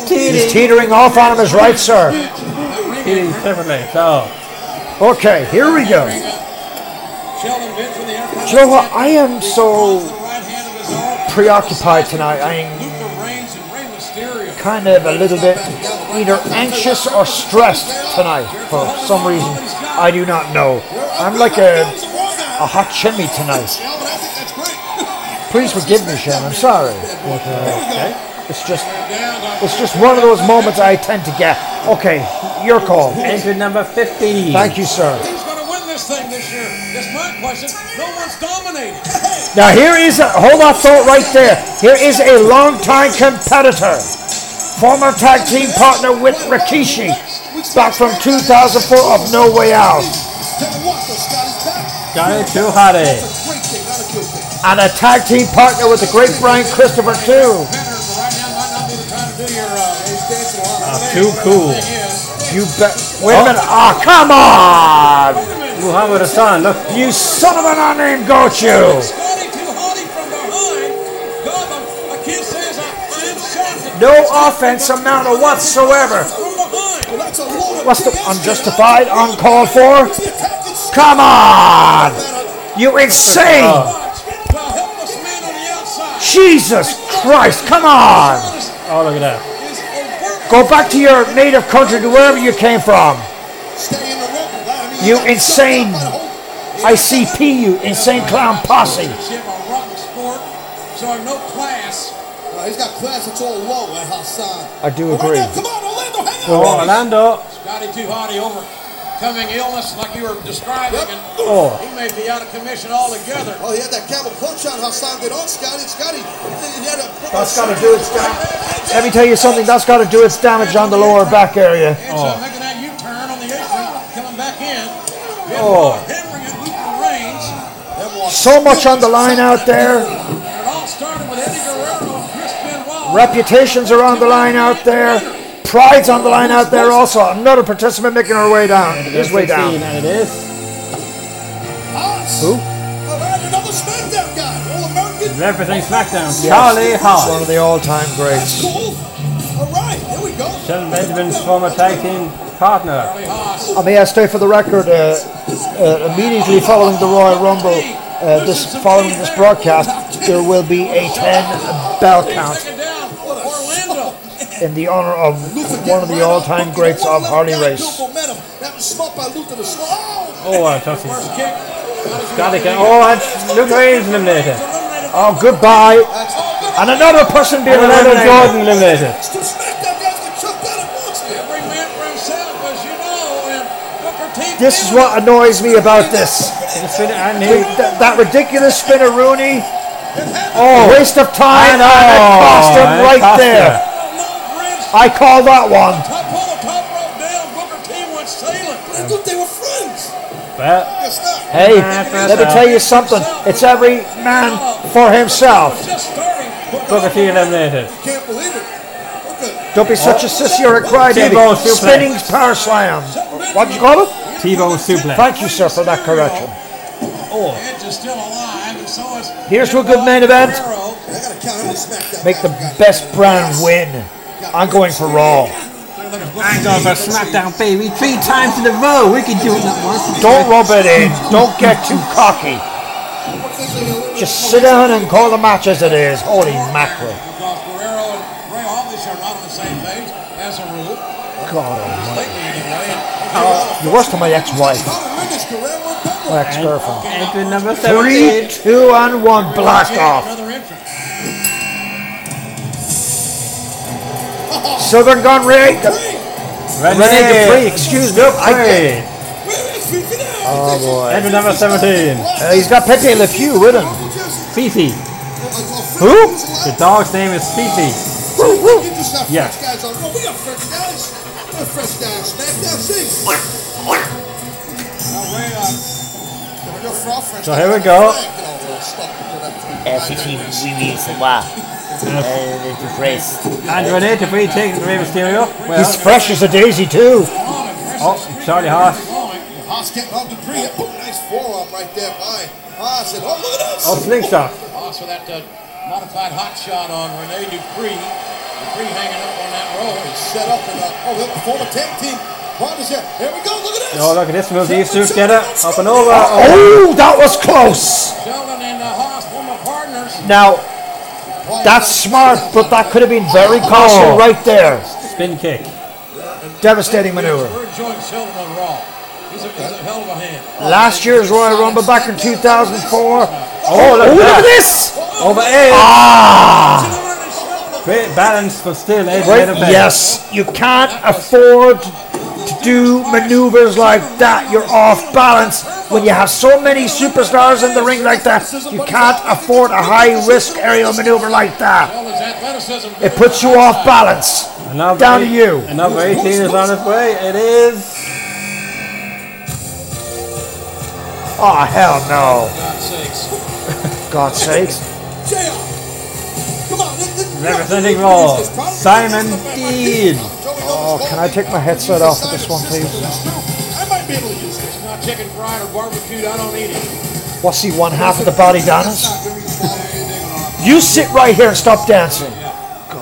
[SPEAKER 3] Cheating.
[SPEAKER 2] teetering off on him his right, sir.
[SPEAKER 3] Cheating, definitely. So,
[SPEAKER 2] Okay, here we go. Do you know what? I am so preoccupied tonight. I'm kind of a little bit either anxious or stressed tonight for some reason. I do not know. I'm like a, a hot chimney tonight. Please forgive me, Shannon. I'm sorry. But, uh, It's just it's just one of those moments I tend to get. Okay, your call.
[SPEAKER 3] entry number 15.
[SPEAKER 2] Thank you, sir.
[SPEAKER 4] Who's going to win this thing this year? It's my question. No one's dominated.
[SPEAKER 2] Now here is a hold that thought right there. Here is a longtime competitor, former tag team partner with Rikishi, back from 2004 of No Way Out,
[SPEAKER 3] Johnny Too Hardy.
[SPEAKER 2] and a tag team partner with the great Brian Christopher too.
[SPEAKER 4] Matter, but right now might not be the time to do your. Uh,
[SPEAKER 3] Too cool.
[SPEAKER 4] is.
[SPEAKER 2] You bet. Wait a minute. Ah, come on!
[SPEAKER 3] Muhammad Hassan, look.
[SPEAKER 2] You son of an unnamed goat, you!
[SPEAKER 4] Scotty Tuhati from behind. God, I, I can't say as I, I am shocked.
[SPEAKER 2] No offense amount of whatsoever.
[SPEAKER 4] From behind.
[SPEAKER 2] What's the unjustified, uncalled for? Come on! You insane!
[SPEAKER 3] Oh,
[SPEAKER 4] Watch. The helpless man on the outside.
[SPEAKER 2] Jesus Christ, come on!
[SPEAKER 4] Is
[SPEAKER 3] Oh, look at that.
[SPEAKER 4] overt.
[SPEAKER 2] Go back to your native country, to wherever you came from. You insane. ICP, you insane clown posse.
[SPEAKER 4] Jim, a rotten sport. Showing no class.
[SPEAKER 7] Well, he's got class that's all low at Hassan.
[SPEAKER 2] I do
[SPEAKER 7] But
[SPEAKER 2] agree.
[SPEAKER 7] Right now, come on, Orlando, hang on.
[SPEAKER 3] Oh, Orlando.
[SPEAKER 4] Scotty Tuhati overcoming illness like you were describing. And
[SPEAKER 3] Oh.
[SPEAKER 4] He may be out of commission altogether.
[SPEAKER 7] Oh, he had that camel clutch shot Hassan did on Scotty. Scotty, he had a.
[SPEAKER 2] That's gotta do it, Scotty. Let me tell you something, that's got to do its damage on the lower back area.
[SPEAKER 4] And so uh, making that U-turn on the apron, coming back in. Him
[SPEAKER 3] Oh.
[SPEAKER 4] Hammering at Lutheran Reigns.
[SPEAKER 2] So much on the line out there.
[SPEAKER 4] And it all started with Eddie Guerrero and Chris Benoit.
[SPEAKER 2] Reputations are on the line out there. Pride's on the line out there also. Another participant making her way down. His way down.
[SPEAKER 3] 16, And it is.
[SPEAKER 7] Who? All right, another SmackDown guy. All American.
[SPEAKER 3] Representing SmackDown, Charlie
[SPEAKER 2] One of
[SPEAKER 3] Hart.
[SPEAKER 2] the all-time greats.
[SPEAKER 7] Cool. All right, here we go.
[SPEAKER 3] Sheldon Benjamin's former tag team partner.
[SPEAKER 7] Ah,
[SPEAKER 2] I may I stay for the record, uh, uh, immediately following the Royal Rumble, uh, this following this broadcast, there will be a 10 bell count
[SPEAKER 4] Taken down. Orlando.
[SPEAKER 2] in the honor of
[SPEAKER 7] Luther getting
[SPEAKER 2] one of
[SPEAKER 7] right
[SPEAKER 2] the
[SPEAKER 7] up,
[SPEAKER 2] all-time
[SPEAKER 7] hooking
[SPEAKER 2] greats
[SPEAKER 7] the one
[SPEAKER 2] of
[SPEAKER 7] left
[SPEAKER 2] Harley
[SPEAKER 7] guy,
[SPEAKER 2] Race.
[SPEAKER 7] good momentum. That was smoked by Luther the Slow.
[SPEAKER 3] Oh,
[SPEAKER 7] Oh,
[SPEAKER 3] uh, Chelsea.
[SPEAKER 4] First kick.
[SPEAKER 3] Got it. Oh, and Luke Reigns eliminated.
[SPEAKER 2] Oh, goodbye. And another person being
[SPEAKER 3] Orlando
[SPEAKER 2] eliminated.
[SPEAKER 3] Jordan eliminated.
[SPEAKER 7] it's two SmackDown guys that chucked out at once. man.
[SPEAKER 4] Every man for himself, as you know. And Booker T.
[SPEAKER 2] This is what annoys me about this.
[SPEAKER 3] It's been- and
[SPEAKER 2] The-
[SPEAKER 3] he-
[SPEAKER 2] that, that ridiculous spinner Rooney.
[SPEAKER 3] Oh.
[SPEAKER 2] waste of time.
[SPEAKER 3] I know.
[SPEAKER 2] And it cost him
[SPEAKER 3] It
[SPEAKER 2] right
[SPEAKER 3] cost
[SPEAKER 2] there.
[SPEAKER 3] him.
[SPEAKER 2] I call that one.
[SPEAKER 4] Top pull the top rope down. Booker T went sailing.
[SPEAKER 7] I thought they were friends.
[SPEAKER 3] Well,
[SPEAKER 7] It's not.
[SPEAKER 2] Hey,
[SPEAKER 3] Man for
[SPEAKER 2] let me
[SPEAKER 3] himself.
[SPEAKER 2] tell you something. It's every man for himself.
[SPEAKER 4] Just starting.
[SPEAKER 3] Booker T eliminated.
[SPEAKER 7] Can't believe it. Okay.
[SPEAKER 2] Don't be such a sissy or a crybaby.
[SPEAKER 3] T-bone suplex.
[SPEAKER 2] Spinning power slam. What you call it?
[SPEAKER 3] T-bone suplex.
[SPEAKER 2] Thank you, sir, for that correction.
[SPEAKER 3] Oh.
[SPEAKER 4] Edge is still alive, and so is.
[SPEAKER 2] Here's to a good main event.
[SPEAKER 4] Guerrero.
[SPEAKER 7] I gotta count him as SmackDown.
[SPEAKER 2] Make the
[SPEAKER 7] guy.
[SPEAKER 2] best brand win. I'm going for Raw.
[SPEAKER 3] I'm going for SmackDown, baby. Three times in a row. We can do it not once.
[SPEAKER 2] Don't rub it in. Don't get too cocky. Just sit down and call the match as it is. Holy mackerel.
[SPEAKER 4] Because Guerrero and Ray obviously are not on the same page, as a rule.
[SPEAKER 2] God almighty.
[SPEAKER 4] Lately, anyway. And
[SPEAKER 2] You're worse than my ex-wife.
[SPEAKER 7] Tremendous Guerrero and Benoit.
[SPEAKER 2] My ex-girlfriend.
[SPEAKER 3] Enter number
[SPEAKER 2] Three,
[SPEAKER 3] 17.
[SPEAKER 2] two, and one. Blast off.
[SPEAKER 4] Another entrance.
[SPEAKER 2] Southern Gun Ray. Renee Dupree. Excuse me. I,
[SPEAKER 3] Dupree.
[SPEAKER 2] oh, boy.
[SPEAKER 3] Enter number 17.
[SPEAKER 2] Uh, he's got Pepe Le Pew with him.
[SPEAKER 3] Fifi.
[SPEAKER 2] Who?
[SPEAKER 3] The dog's name is Fifi. Yeah.
[SPEAKER 7] We are French guys. We're French guys. SmackDown sing.
[SPEAKER 4] Now, Ray, uh,
[SPEAKER 7] You're from French.
[SPEAKER 3] So here we go.
[SPEAKER 4] oh,
[SPEAKER 3] And Renee Dupree takes the Rey Mysterio.
[SPEAKER 2] He's
[SPEAKER 3] Well,
[SPEAKER 2] fresh as a daisy, too.
[SPEAKER 4] on and
[SPEAKER 3] oh, Charlie Haas.
[SPEAKER 7] Haas getting on the three. Boom, nice forearm right there by Haas. And oh, look at us.
[SPEAKER 3] Oh, slingshot.
[SPEAKER 4] Haas with that uh, modified hot shot on Rene Dupree. Dupree hanging up on that rope.
[SPEAKER 7] Set up and uh, oh, they're the former tag team partners here. Here we go. Look at this.
[SPEAKER 3] Oh, look at this move. These two together. Up and over. Oh,
[SPEAKER 2] Oh, that was close.
[SPEAKER 4] Sheldon and uh, Haas, former partners.
[SPEAKER 2] Now, that's smart, but that could have been very costly
[SPEAKER 3] Oh.
[SPEAKER 2] right there.
[SPEAKER 3] spin kick.
[SPEAKER 2] Devastating maneuver.
[SPEAKER 4] We're enjoying Sheldon on Raw. He's a, he's a hell of a hand.
[SPEAKER 2] Last year's Royal Rumble back in 2004.
[SPEAKER 3] Oh, look
[SPEAKER 2] Oh,
[SPEAKER 3] at
[SPEAKER 2] look at
[SPEAKER 3] that.
[SPEAKER 2] this.
[SPEAKER 3] Over edge.
[SPEAKER 2] Ah.
[SPEAKER 3] Great balance, but still edge
[SPEAKER 2] Right?
[SPEAKER 3] made a
[SPEAKER 2] Yes. You can't afford to do maneuvers like that. You're off balance. When you have so many superstars in the ring like that, you can't afford a high risk aerial maneuver like that.
[SPEAKER 4] All his athleticism.
[SPEAKER 2] It puts you off balance.
[SPEAKER 3] And number
[SPEAKER 2] Down to
[SPEAKER 3] eight-
[SPEAKER 2] you.
[SPEAKER 3] And number 18 is on its way. It is.
[SPEAKER 2] Oh, hell no.
[SPEAKER 4] God's sakes.
[SPEAKER 2] God's sakes.
[SPEAKER 7] JR. Come on. let- let-
[SPEAKER 3] Representing
[SPEAKER 7] let-
[SPEAKER 3] Raw,
[SPEAKER 7] let-
[SPEAKER 3] Simon Dean.
[SPEAKER 7] Oh,
[SPEAKER 2] Oh, can I take my headset off for this one,
[SPEAKER 4] I
[SPEAKER 2] please?
[SPEAKER 4] might be able to use this. Not chicken fried or barbecued. I don't eat it.
[SPEAKER 2] What's he, one half of the body dance? You sit right here and stop dancing.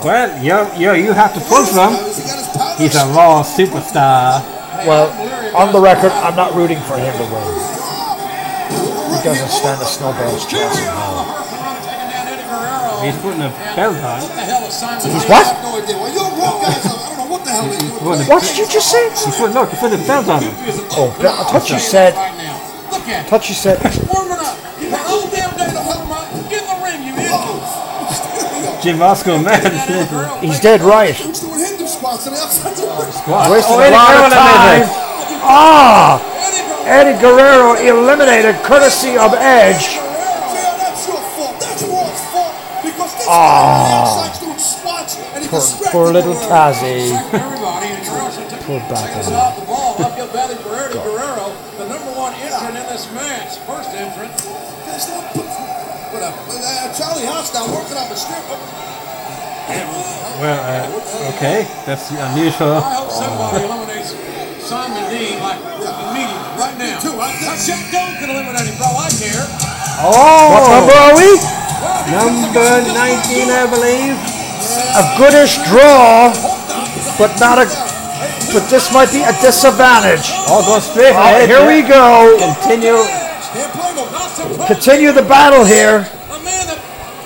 [SPEAKER 3] Well, yo, yo, you have to push him. He's a raw superstar.
[SPEAKER 2] Well, on the record, I'm not rooting for him to win. He doesn't stand a snowball's chance.
[SPEAKER 3] He's putting a belt on.
[SPEAKER 2] What?
[SPEAKER 3] He's putting a,
[SPEAKER 2] What did you just say?
[SPEAKER 3] he's putting, look, he's putting a belt on him.
[SPEAKER 2] Oh, but I thought you said.
[SPEAKER 4] Look at
[SPEAKER 2] I
[SPEAKER 4] it.
[SPEAKER 2] thought you said.
[SPEAKER 4] Warming up. You got all damn day to warm up. Get in the ring,
[SPEAKER 2] Oh.
[SPEAKER 4] you idiot.
[SPEAKER 3] Jim Roscoe,
[SPEAKER 4] That
[SPEAKER 3] man.
[SPEAKER 4] ass girl.
[SPEAKER 2] He's dead right.
[SPEAKER 3] What?
[SPEAKER 2] Wasted
[SPEAKER 3] Oh,
[SPEAKER 2] a
[SPEAKER 3] Eddie
[SPEAKER 2] lot of
[SPEAKER 3] Guerrero
[SPEAKER 2] time.
[SPEAKER 3] eliminated.
[SPEAKER 2] Ah,
[SPEAKER 4] Eddie Guerrero.
[SPEAKER 2] Eddie Guerrero eliminated courtesy of Edge. Ah. Poor, poor little Tazzy.
[SPEAKER 4] Everybody in Carlson took
[SPEAKER 2] Poor
[SPEAKER 4] takes
[SPEAKER 2] bastard.
[SPEAKER 4] off the ball. Up your belly, Guerrero, Guerrero, the number one entrant in this match. First entrant. Uh,
[SPEAKER 7] Charlie House now working on the stripper.
[SPEAKER 3] Well, uh, okay, that's unusual.
[SPEAKER 4] I hope somebody eliminates Simon D like immediately, right now.
[SPEAKER 7] Two, I
[SPEAKER 4] Now, Jack Doan can eliminate him, bro. I care.
[SPEAKER 2] What number
[SPEAKER 3] Oh,
[SPEAKER 2] are we?
[SPEAKER 3] number 19, I believe.
[SPEAKER 2] A goodish draw, but not a. But this might be a disadvantage.
[SPEAKER 3] Oh, go straight
[SPEAKER 2] Oh,
[SPEAKER 3] ahead.
[SPEAKER 2] here we go.
[SPEAKER 3] Continue.
[SPEAKER 2] Continue the battle
[SPEAKER 4] A
[SPEAKER 2] here.
[SPEAKER 4] man that,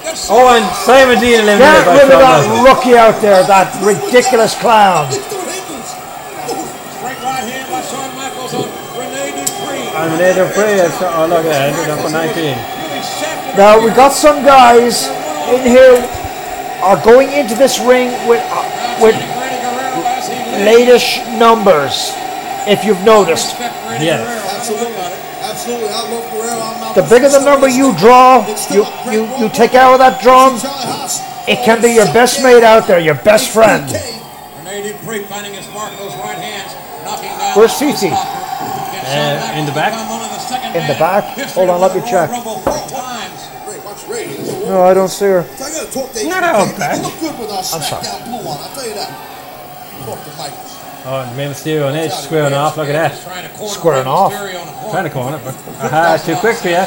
[SPEAKER 4] that's
[SPEAKER 3] Oh, and Simon Dean
[SPEAKER 2] Get
[SPEAKER 3] eliminated by
[SPEAKER 2] rid of that
[SPEAKER 3] Charlotte.
[SPEAKER 2] rookie out there, that ridiculous clown.
[SPEAKER 4] straight right hand by Shawn Michaels on Rene Dupree.
[SPEAKER 3] I'm later prayer. So, oh, look, I ended up on 19.
[SPEAKER 4] Really shafted
[SPEAKER 2] Now we got some guys in here are going into this ring with uh, with
[SPEAKER 4] Rene Guerrero as he leaves.
[SPEAKER 2] latish numbers. If you've noticed,
[SPEAKER 4] Respect Rene
[SPEAKER 3] Yes.
[SPEAKER 4] Guerrero.
[SPEAKER 7] Absolutely. Absolutely. I love Guerrero. I'm not-
[SPEAKER 2] the bigger the number you draw, you you, you take out of that drum, it can be your best mate out there, your best friend.
[SPEAKER 4] Rene Dupree finding his mark, those right hands, knocking down.
[SPEAKER 2] Where's Cece?
[SPEAKER 3] Uh, in the back?
[SPEAKER 2] In the back? Hold on, let me check.
[SPEAKER 7] Ray, watch Ray.
[SPEAKER 2] No, I don't see her.
[SPEAKER 7] So I gotta talk to
[SPEAKER 3] Not
[SPEAKER 7] Adrian.
[SPEAKER 3] out
[SPEAKER 7] They- they
[SPEAKER 3] back.
[SPEAKER 7] look good with our
[SPEAKER 2] sorry.
[SPEAKER 7] SmackDown blue on, I'll tell you that. Talk to Michaels.
[SPEAKER 3] Oh, and Man of Steel and Edge squaring off. Look at that.
[SPEAKER 2] Squaring off.
[SPEAKER 3] Trying to corner, but aha, too quick for you.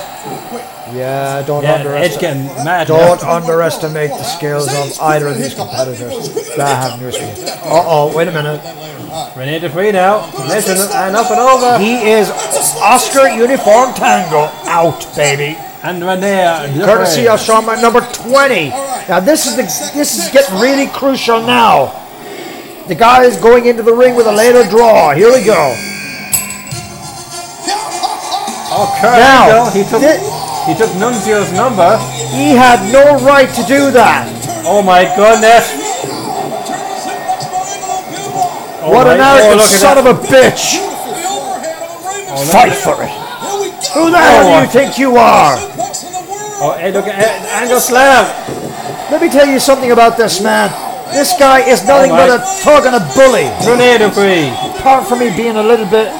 [SPEAKER 2] Yeah, don't
[SPEAKER 3] Yeah, Edge
[SPEAKER 2] underestimate.
[SPEAKER 3] getting mad. now.
[SPEAKER 2] Don't underestimate the skills of either of these competitors. I have news for you. Uh oh, wait a minute.
[SPEAKER 3] Renee DeFree now. Legend and up and over.
[SPEAKER 2] He is Oscar Uniform Tango out, baby.
[SPEAKER 3] And uh, Renee DeFree.
[SPEAKER 2] Courtesy of Shawn Mike, number 20. Now this is the this is getting really crucial now. The guy is going into the ring with a later draw. Here we go.
[SPEAKER 3] Oh, Kurt
[SPEAKER 2] Now,
[SPEAKER 3] Angle. He took,
[SPEAKER 2] thi-
[SPEAKER 3] he took Nunzio's number.
[SPEAKER 2] He had no right to do that.
[SPEAKER 3] Oh my goodness. Oh
[SPEAKER 2] What
[SPEAKER 3] my,
[SPEAKER 2] an
[SPEAKER 3] oh,
[SPEAKER 2] arrogant
[SPEAKER 3] look at
[SPEAKER 2] son
[SPEAKER 3] that. Oh,
[SPEAKER 2] of a bitch. Fight for it. Who the hell do you think you are?
[SPEAKER 3] Oh, hey, look at Ed- Angle Slam.
[SPEAKER 2] Let me tell you something about this man. This guy is nothing but a thug and a bully.
[SPEAKER 3] Renee DeFree.
[SPEAKER 2] Apart from me being a little bit.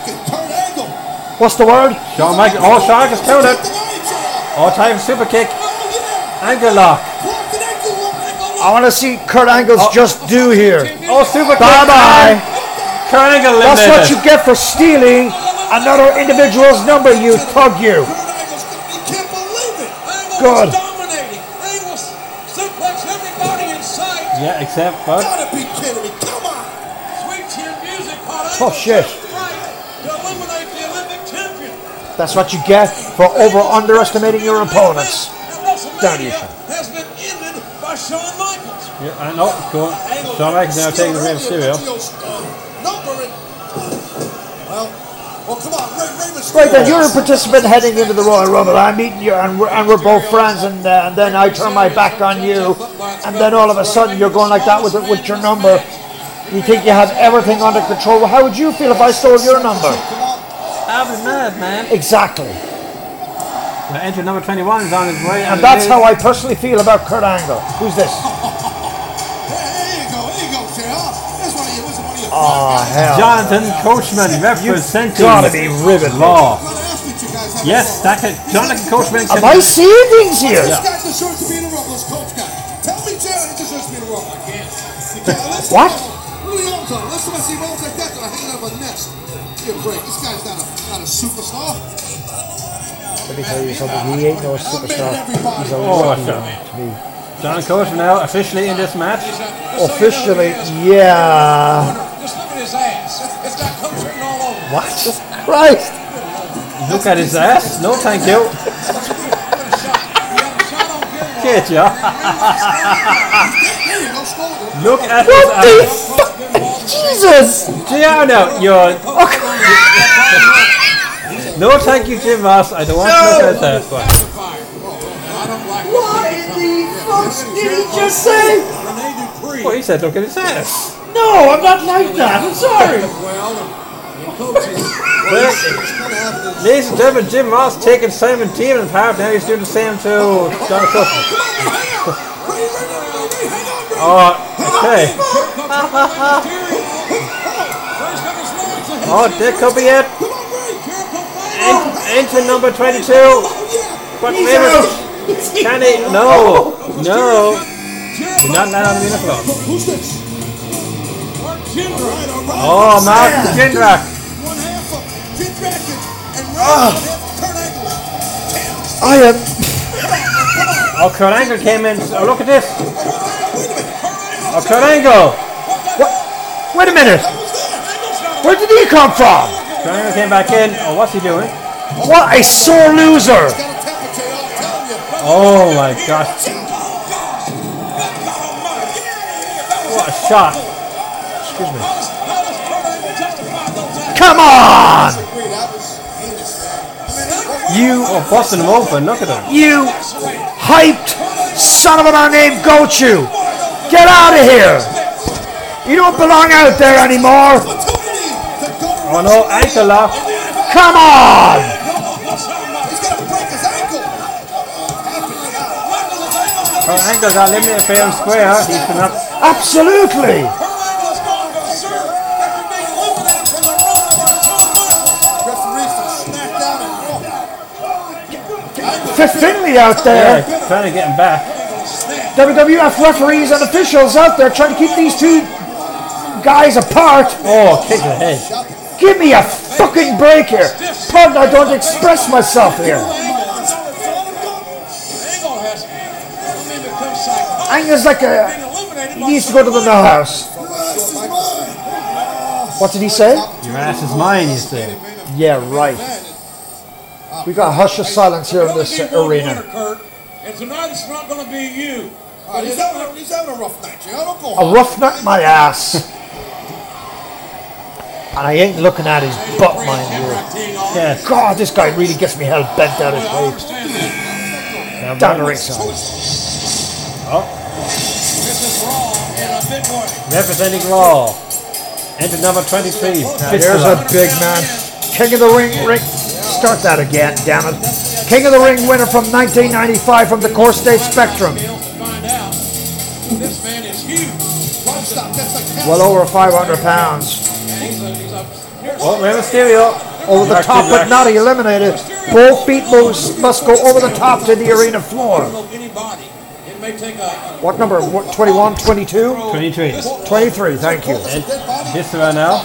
[SPEAKER 2] What's the word?
[SPEAKER 3] Shawn Michaels. Oh, Shark is counted. Oh, time super kick.
[SPEAKER 4] Oh,
[SPEAKER 3] Angle lock.
[SPEAKER 2] I want to see Kurt Angle's just do here.
[SPEAKER 3] Oh, super kick.
[SPEAKER 2] Bye bye.
[SPEAKER 3] Kurt Angle
[SPEAKER 2] That's
[SPEAKER 3] eliminated.
[SPEAKER 2] what you get for stealing another individual's number, you thug you. Good.
[SPEAKER 4] Dominating. They will suplex everybody in sight.
[SPEAKER 3] Yeah, except for
[SPEAKER 7] Gotta be kidding me, come on!
[SPEAKER 4] Sweet chin music.
[SPEAKER 2] Oh, shit.
[SPEAKER 4] To eliminate the Olympic champion.
[SPEAKER 2] That's what you get for over underestimating your opponents. Down you, Shawn.
[SPEAKER 4] Has been ended by Shawn Michaels.
[SPEAKER 3] yeah, I know. Go on. Shawn Michaels now taking the Rey Mysterio.
[SPEAKER 7] Number and- Well, well, come on, Ray, Ray Mysterio.
[SPEAKER 2] Right then, you're a participant heading into the Royal Rumble. I'm meeting you, and we're, and we're both friends, and, uh, and then I turn my back on you, and then all of a sudden you're going like that with with your number. You think you have everything under control. Well, how would you feel if I stole your number?
[SPEAKER 3] I was mad, man.
[SPEAKER 2] Exactly.
[SPEAKER 3] Now, entry number 21 is on his way.
[SPEAKER 2] And that's how I personally feel about Kurt Angle. Who's this?
[SPEAKER 7] There you go, there you go, JR. That's one of your, that's one of your.
[SPEAKER 2] Oh,
[SPEAKER 3] Ah.
[SPEAKER 2] hell.
[SPEAKER 3] Jonathan Coachman representing
[SPEAKER 2] gotta be riveted.
[SPEAKER 3] Law.
[SPEAKER 7] Glad I asked what you guys have
[SPEAKER 3] Yes,
[SPEAKER 7] going
[SPEAKER 3] that
[SPEAKER 7] on.
[SPEAKER 3] could, Jonathan Coachman.
[SPEAKER 2] Am I seeing things here?
[SPEAKER 7] This guy deserves to be in the Rumble. This coach guy. Tell me, Jared, he deserves to be in the Rumble. Yes.
[SPEAKER 2] What?
[SPEAKER 7] Louis Armstrong. Let's somebody see moves like that that are hanging out of a nest. Give me a break. This guy's not a, not a superstar.
[SPEAKER 2] Let me tell you something. He ain't no superstar. He's
[SPEAKER 3] Oh,
[SPEAKER 2] always
[SPEAKER 3] sure.
[SPEAKER 2] something to me.
[SPEAKER 3] John Coach now officially in this match.
[SPEAKER 2] Officially, yeah.
[SPEAKER 4] Just look at his ass. It's got coats written all over. it.
[SPEAKER 2] What? Christ!
[SPEAKER 3] Look at his ass. No, thank you.
[SPEAKER 4] What a shot. You have a shot on Gilmore.
[SPEAKER 3] Shit, yeah.
[SPEAKER 7] There you go, score.
[SPEAKER 3] Look at his
[SPEAKER 2] What the
[SPEAKER 3] ass.
[SPEAKER 2] fuck? Jesus!
[SPEAKER 3] Gianno, you're. no, thank you, Jim Ross. I don't want to look at that one.
[SPEAKER 2] What in the fuck did he just say?
[SPEAKER 3] Well, he said, look at his ass.
[SPEAKER 2] No, I'm not like that. I'm sorry.
[SPEAKER 3] Well, ladies and gentlemen, Jim Ross taking Simon Team and apparently now he's doing the same to John Cook.
[SPEAKER 7] Come on, man, hang on. Ray, Ray, Ray, Ray, Ray, hang on, Ray.
[SPEAKER 3] Oh, okay. Oh, that could be it.
[SPEAKER 7] Come on, Ray.
[SPEAKER 3] En- enter number 22.
[SPEAKER 7] Oh, yeah.
[SPEAKER 3] But wait a minute. Can he? No. No. Do not let him in the floor.
[SPEAKER 7] Who's this?
[SPEAKER 4] Oh,
[SPEAKER 3] Oh,
[SPEAKER 7] All right, all right.
[SPEAKER 3] Mark Jindrak.
[SPEAKER 7] One half up. Get back it. And Ray,
[SPEAKER 4] Ah.
[SPEAKER 7] one half, turn angle.
[SPEAKER 2] I am.
[SPEAKER 3] Oh, Kurt Angle came in. Oh, look at this.
[SPEAKER 7] Wait a minute.
[SPEAKER 3] Oh, Kurt Angle.
[SPEAKER 2] Wait a minute. Where did he come from?
[SPEAKER 3] Kurt Angle came back in. Oh, what's he doing?
[SPEAKER 2] What a sore loser!
[SPEAKER 7] Got a temper, JR. I'm telling you.
[SPEAKER 3] Oh my gosh. What a shot.
[SPEAKER 2] Come on!
[SPEAKER 3] You are busting him open. Look at him.
[SPEAKER 2] You hyped son of a man named Gochu! Get out of here! You don't belong out there anymore!
[SPEAKER 7] Opportunity to go to
[SPEAKER 3] Oh no, Ankala.
[SPEAKER 2] Come on!
[SPEAKER 7] He's gonna break his ankle.
[SPEAKER 3] Kurt Angle got eliminated fair and square. He should not.
[SPEAKER 2] Absolutely!
[SPEAKER 7] Referee for SmackDown and Raw.
[SPEAKER 2] For Finley out there,
[SPEAKER 3] Yeah, trying to get him back.
[SPEAKER 2] WWF referees and officials out there trying to keep these two guys apart.
[SPEAKER 3] Oh, kick to the head.
[SPEAKER 2] Give me a fucking break here. Pardon, I don't express myself here. Anger's like a. He needs to go to the no house. What did he say?
[SPEAKER 3] Your ass is mine, you say.
[SPEAKER 2] Yeah, right. We got a hush of silence here in this uh, arena.
[SPEAKER 4] And tonight it's not going to be you.
[SPEAKER 7] All right, He's having a- he's having a rough night, JR. Don't go
[SPEAKER 2] A rough nut my ass. And I ain't looking at his butt, mind you.
[SPEAKER 3] Yes.
[SPEAKER 2] God, this guy really gets me hell bent out of his way. Down the ring
[SPEAKER 3] Representing Raw. Enter number 23.
[SPEAKER 2] There's a big man. King of the Ring, ring. Start that again, damn it. King of the Ring winner from 1995 from the Core State Spectrum.
[SPEAKER 4] This man is huge.
[SPEAKER 2] Well over 500 pounds.
[SPEAKER 3] Oh, Rey Mysterio.
[SPEAKER 2] Over the top, but not eliminated. Both feet moves must go over the top to the arena floor.
[SPEAKER 4] Anybody. It may take a.
[SPEAKER 2] What number? What, 21, 22?
[SPEAKER 3] 23.
[SPEAKER 2] 23, thank you.
[SPEAKER 3] This one now.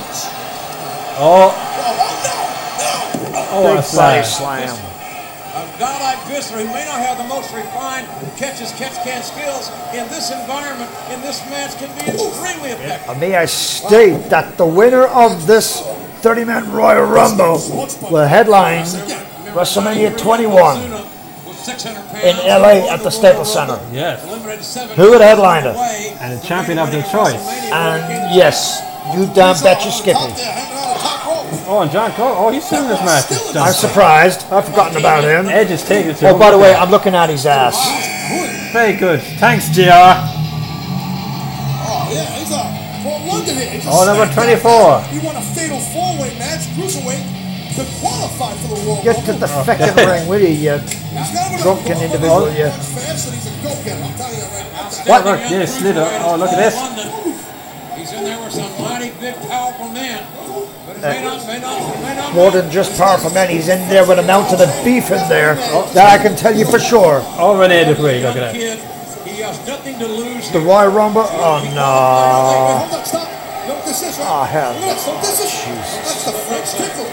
[SPEAKER 3] Oh, oh, what a
[SPEAKER 2] Big body
[SPEAKER 3] slam.
[SPEAKER 2] slam.
[SPEAKER 4] A guy like Visser, who may not have the most refined catches, catch can skills in this environment, in this match, can be extremely effective.
[SPEAKER 2] And may I state that the winner of this 30-man Royal Rumble will headline WrestleMania 21.
[SPEAKER 4] Was 600 pounds,
[SPEAKER 2] in LA at the Staples Center.
[SPEAKER 3] Yes.
[SPEAKER 4] eliminated seven
[SPEAKER 2] Who would headline it?
[SPEAKER 4] away.
[SPEAKER 3] And the champion of their choice.
[SPEAKER 2] And yes, you damn bet you Skippy.
[SPEAKER 3] Oh, and John Cole. Oh, he's still in this match. It's John
[SPEAKER 2] I'm surprised. I've forgotten about him.
[SPEAKER 3] Edge is taking it to
[SPEAKER 2] Oh,
[SPEAKER 3] him.
[SPEAKER 2] by the way, I'm looking at his ass.
[SPEAKER 3] Very good. Thanks, JR.
[SPEAKER 7] Oh, yeah, he's a well, London here. It's a
[SPEAKER 3] Oh, number
[SPEAKER 7] SmackDown
[SPEAKER 3] 24.
[SPEAKER 7] match. You want a fatal four-way match, cruiserweight, to qualify for the Royal
[SPEAKER 2] Get to the
[SPEAKER 7] Rumble.
[SPEAKER 2] feckin' ring, will you, you
[SPEAKER 7] He's not gonna-
[SPEAKER 2] drunken individual, you?
[SPEAKER 7] He's fast and he's a go-getter. I'm telling you right now.
[SPEAKER 3] What? Look, yeah, slid up. Oh, look at this.
[SPEAKER 4] He's in there with some mighty big, powerful men. But it may not, may not, may not.
[SPEAKER 2] More than just powerful man, he's in there with a mountain of beef in there. That I can tell you for sure.
[SPEAKER 3] Oh, Renee Dupree. Look at that.
[SPEAKER 4] Kid, he has nothing to lose.
[SPEAKER 2] The Royal Rumble? Oh, no.
[SPEAKER 7] Hold on, stop.
[SPEAKER 2] Ah, hell.
[SPEAKER 7] That's the French tickle.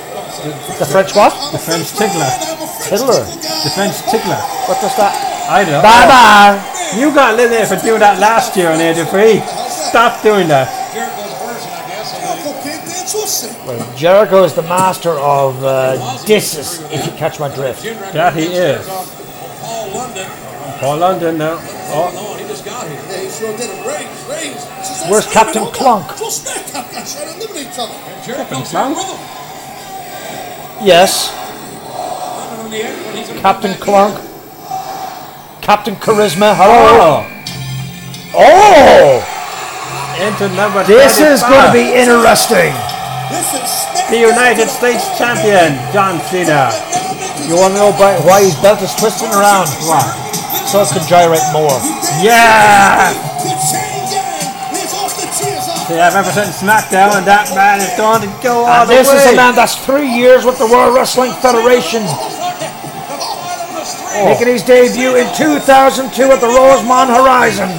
[SPEAKER 2] The French what?
[SPEAKER 7] I'm a
[SPEAKER 3] The French tickler.
[SPEAKER 7] I'm a French
[SPEAKER 2] Tiddler.
[SPEAKER 7] tickle guy.
[SPEAKER 3] The French tickler.
[SPEAKER 2] What does that?
[SPEAKER 3] I don't
[SPEAKER 2] Bye bye.
[SPEAKER 3] know. You got lit there for doing that last year on Air Free. Stop doing that.
[SPEAKER 4] Jericho's version, I guess. of it.
[SPEAKER 7] Uncle Pig, that's what's it.
[SPEAKER 2] Well, Jericho is the master of uh, disses, if you catch my drift.
[SPEAKER 4] Jim Drexler
[SPEAKER 3] That he
[SPEAKER 4] downstairs
[SPEAKER 3] is.
[SPEAKER 4] on Paul London.
[SPEAKER 3] Paul London
[SPEAKER 4] Oh,
[SPEAKER 3] now. Oh,
[SPEAKER 4] no, he just got here.
[SPEAKER 7] They sure did it. Raise, raise. She says,
[SPEAKER 2] Where's
[SPEAKER 7] "Hey,
[SPEAKER 2] Captain
[SPEAKER 7] hold on.
[SPEAKER 2] Clunk?"
[SPEAKER 7] Full snack, Captain. Try to eliminate each other.
[SPEAKER 4] And Jericho's here
[SPEAKER 3] Clunk.
[SPEAKER 4] with him.
[SPEAKER 2] Yes,
[SPEAKER 4] Under the apron, he's gonna
[SPEAKER 2] Captain
[SPEAKER 4] come back
[SPEAKER 2] Clunk. Captain Charisma, hello.
[SPEAKER 3] oh.
[SPEAKER 2] Oh,
[SPEAKER 3] Into number
[SPEAKER 2] this is going to
[SPEAKER 3] 35.
[SPEAKER 2] be interesting.
[SPEAKER 7] Listen, smack
[SPEAKER 3] the United States champion, John Cena.
[SPEAKER 2] You want to know about why his belt is twisting around?
[SPEAKER 3] Wow.
[SPEAKER 2] So it can gyrate more.
[SPEAKER 3] Yeah!
[SPEAKER 7] The chain gang lives off the tears of-
[SPEAKER 3] Yeah, representing SmackDown, and that man is going to go
[SPEAKER 2] And
[SPEAKER 3] all
[SPEAKER 2] Uh, this
[SPEAKER 3] the Uh, way.
[SPEAKER 2] is a man that's three years with the World Wrestling Federation, making his debut in 2002 at the Rosemont Horizon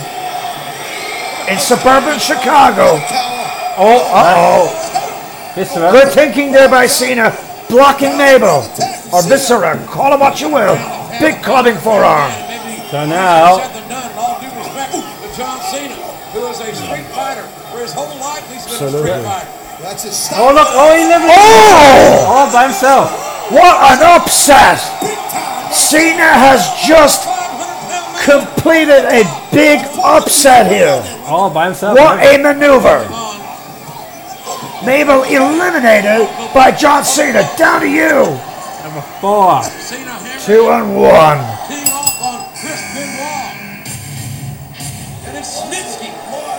[SPEAKER 2] in suburban Chicago.
[SPEAKER 3] oh,
[SPEAKER 2] Uh-oh.
[SPEAKER 3] Viscera.
[SPEAKER 2] Good thinking there by Cena, blocking Mabel or Viscera, call it what you will. Big clubbing forearm.
[SPEAKER 4] in. Maybe
[SPEAKER 3] So now-
[SPEAKER 4] he's said they're done, and all due respect to John Cena, who is a street fighter, for his whole life he's been a street
[SPEAKER 2] Mm. Absolutely.
[SPEAKER 4] fighter.
[SPEAKER 7] That's his style.
[SPEAKER 3] Oh, look, oh, he lived
[SPEAKER 2] Oh!
[SPEAKER 3] all by himself.
[SPEAKER 2] What an upset! Cena has just
[SPEAKER 4] 500 pound man
[SPEAKER 2] completed a big upset here.
[SPEAKER 3] All by himself.
[SPEAKER 2] What a maneuver! Mabel eliminated by John Cena. Down to you.
[SPEAKER 3] Number four.
[SPEAKER 4] Cena hammered
[SPEAKER 2] Two and one.
[SPEAKER 4] team off on Chris Benoit. And it's Snitsky.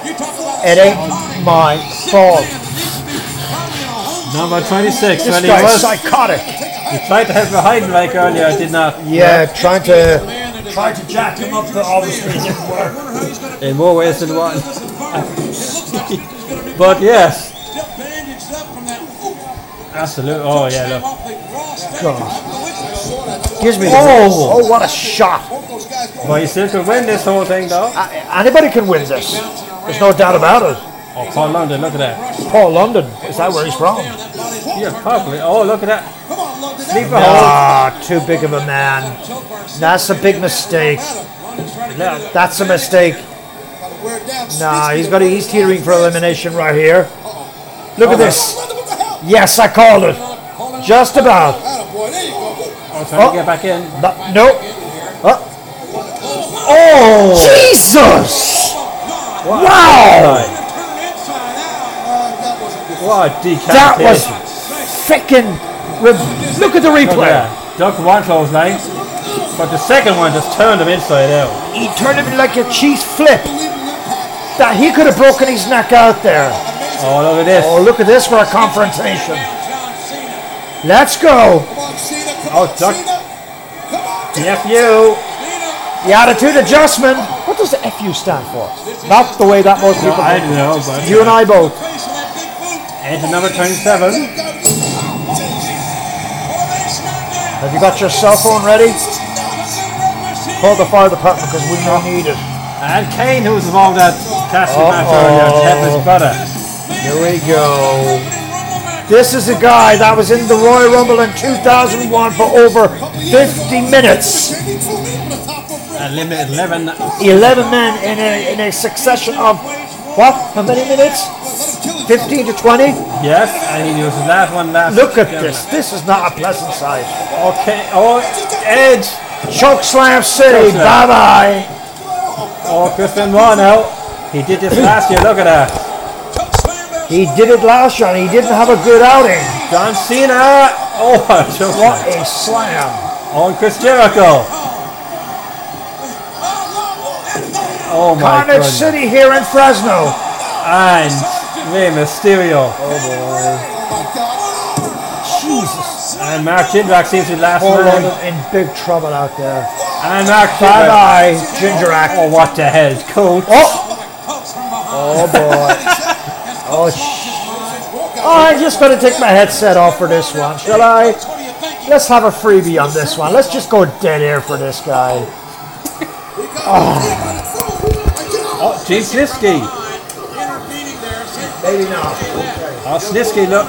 [SPEAKER 4] You talk about
[SPEAKER 2] It
[SPEAKER 4] a
[SPEAKER 2] ain't
[SPEAKER 4] psychotic
[SPEAKER 2] my
[SPEAKER 4] sick
[SPEAKER 2] fault.
[SPEAKER 4] man that needs to be probably in a home
[SPEAKER 3] Number 26.
[SPEAKER 2] This
[SPEAKER 3] When he,
[SPEAKER 2] guy's
[SPEAKER 3] was,
[SPEAKER 2] psychotic.
[SPEAKER 3] he tried to have a hide break earlier, it did not.
[SPEAKER 2] Yeah, trying to.
[SPEAKER 4] man that is
[SPEAKER 2] Tried to jack him up, but obviously it didn't
[SPEAKER 4] I
[SPEAKER 2] work.
[SPEAKER 4] wonder how he's going to
[SPEAKER 3] In more ways than one.
[SPEAKER 4] It looks like he's going to be
[SPEAKER 3] But yes,
[SPEAKER 4] just bandaged up from that.
[SPEAKER 3] absolutely. Oh, yeah, look.
[SPEAKER 2] Excuse me.
[SPEAKER 3] Oh.
[SPEAKER 2] Oh, what a shot!
[SPEAKER 7] Both those guys go-
[SPEAKER 3] But he still could win this whole thing, though.
[SPEAKER 2] Uh, Anybody can win this. There's no doubt about it.
[SPEAKER 3] Oh, Paul London, look at that.
[SPEAKER 2] Paul London. Is that where he's from?
[SPEAKER 4] from?
[SPEAKER 3] Yeah, probably. Oh, look at that.
[SPEAKER 7] Come on, London.
[SPEAKER 3] Leave a hole.
[SPEAKER 2] Ah, too big of a man. That's a big mistake.
[SPEAKER 3] Yeah.
[SPEAKER 2] That's a mistake.
[SPEAKER 7] Wear it down.
[SPEAKER 2] Nah,
[SPEAKER 7] Snitch
[SPEAKER 2] he's
[SPEAKER 7] me.
[SPEAKER 2] got a East hearing for elimination right here. Look at this.
[SPEAKER 7] London, what the hell?
[SPEAKER 2] Yes, I called it. Just about.
[SPEAKER 7] Attaboy, there you go.
[SPEAKER 3] Oh, trying to get back in.
[SPEAKER 2] No. no. Uh, Oh. Jesus!
[SPEAKER 3] What?
[SPEAKER 2] Wow!
[SPEAKER 3] What a decapitation.
[SPEAKER 2] That was freaking. Re- Look at the
[SPEAKER 3] Look at
[SPEAKER 2] replay.
[SPEAKER 3] that. Ducked one clothesline, but the second one just turned him inside out.
[SPEAKER 2] He turned him like a cheese flip. That he could have broken his neck out there.
[SPEAKER 3] Oh, look at this.
[SPEAKER 2] Oh, look at this for a confrontation. Let's go.
[SPEAKER 7] Come on, Cena. Come
[SPEAKER 3] Oh,
[SPEAKER 7] on,
[SPEAKER 3] Doc-
[SPEAKER 7] Cena. Come on, Doc.
[SPEAKER 3] F you.
[SPEAKER 2] The attitude adjustment. What does the FU stand for? Not the way that most
[SPEAKER 3] No,
[SPEAKER 2] people.
[SPEAKER 3] I don't know, but.
[SPEAKER 2] You and I both.
[SPEAKER 3] Enter number 27.
[SPEAKER 2] Have you got your cell phone ready? Call the fire department because we don't need it.
[SPEAKER 3] And Kane, who was involved at Castle match earlier, tapped his brother.
[SPEAKER 2] Here we go. This is a guy that was in the Royal Rumble in 2001 for over 50 minutes.
[SPEAKER 3] And limit 11.
[SPEAKER 2] 11 men in a, in a succession of what? How many minutes? 15 to 20?
[SPEAKER 3] Yes, and he was the last one last.
[SPEAKER 2] Look at this. This is not a pleasant sight.
[SPEAKER 3] Okay. Oh, Edge.
[SPEAKER 2] Choke Slam City. Bye bye.
[SPEAKER 3] Oh, Chris Benoit now. He did this last year. Look at that.
[SPEAKER 2] He did it last year and he didn't have a good outing.
[SPEAKER 3] John Cena. Oh, just
[SPEAKER 2] What a slam.
[SPEAKER 3] On Chris Jericho. Oh my
[SPEAKER 2] Carnage
[SPEAKER 3] goodness.
[SPEAKER 2] City here in Fresno.
[SPEAKER 3] And Rey Mysterio.
[SPEAKER 2] Jesus.
[SPEAKER 3] And Mark Jindrak seems to be the last
[SPEAKER 2] Paul
[SPEAKER 3] one.
[SPEAKER 2] London in big trouble out there.
[SPEAKER 3] And Mark
[SPEAKER 2] Bye
[SPEAKER 3] Jindrak.
[SPEAKER 2] bye, Ginger
[SPEAKER 3] Oh,
[SPEAKER 2] Act.
[SPEAKER 3] what the hell, coach?
[SPEAKER 2] Oh! Oh boy. Oh, Oh, I'm just going to take my headset off for this one, shall I? Let's have a freebie on this one. Let's just go dead air for this guy.
[SPEAKER 3] Oh, Gene Snitsky.
[SPEAKER 2] They Maybe not.
[SPEAKER 3] Oh, Snitsky, look.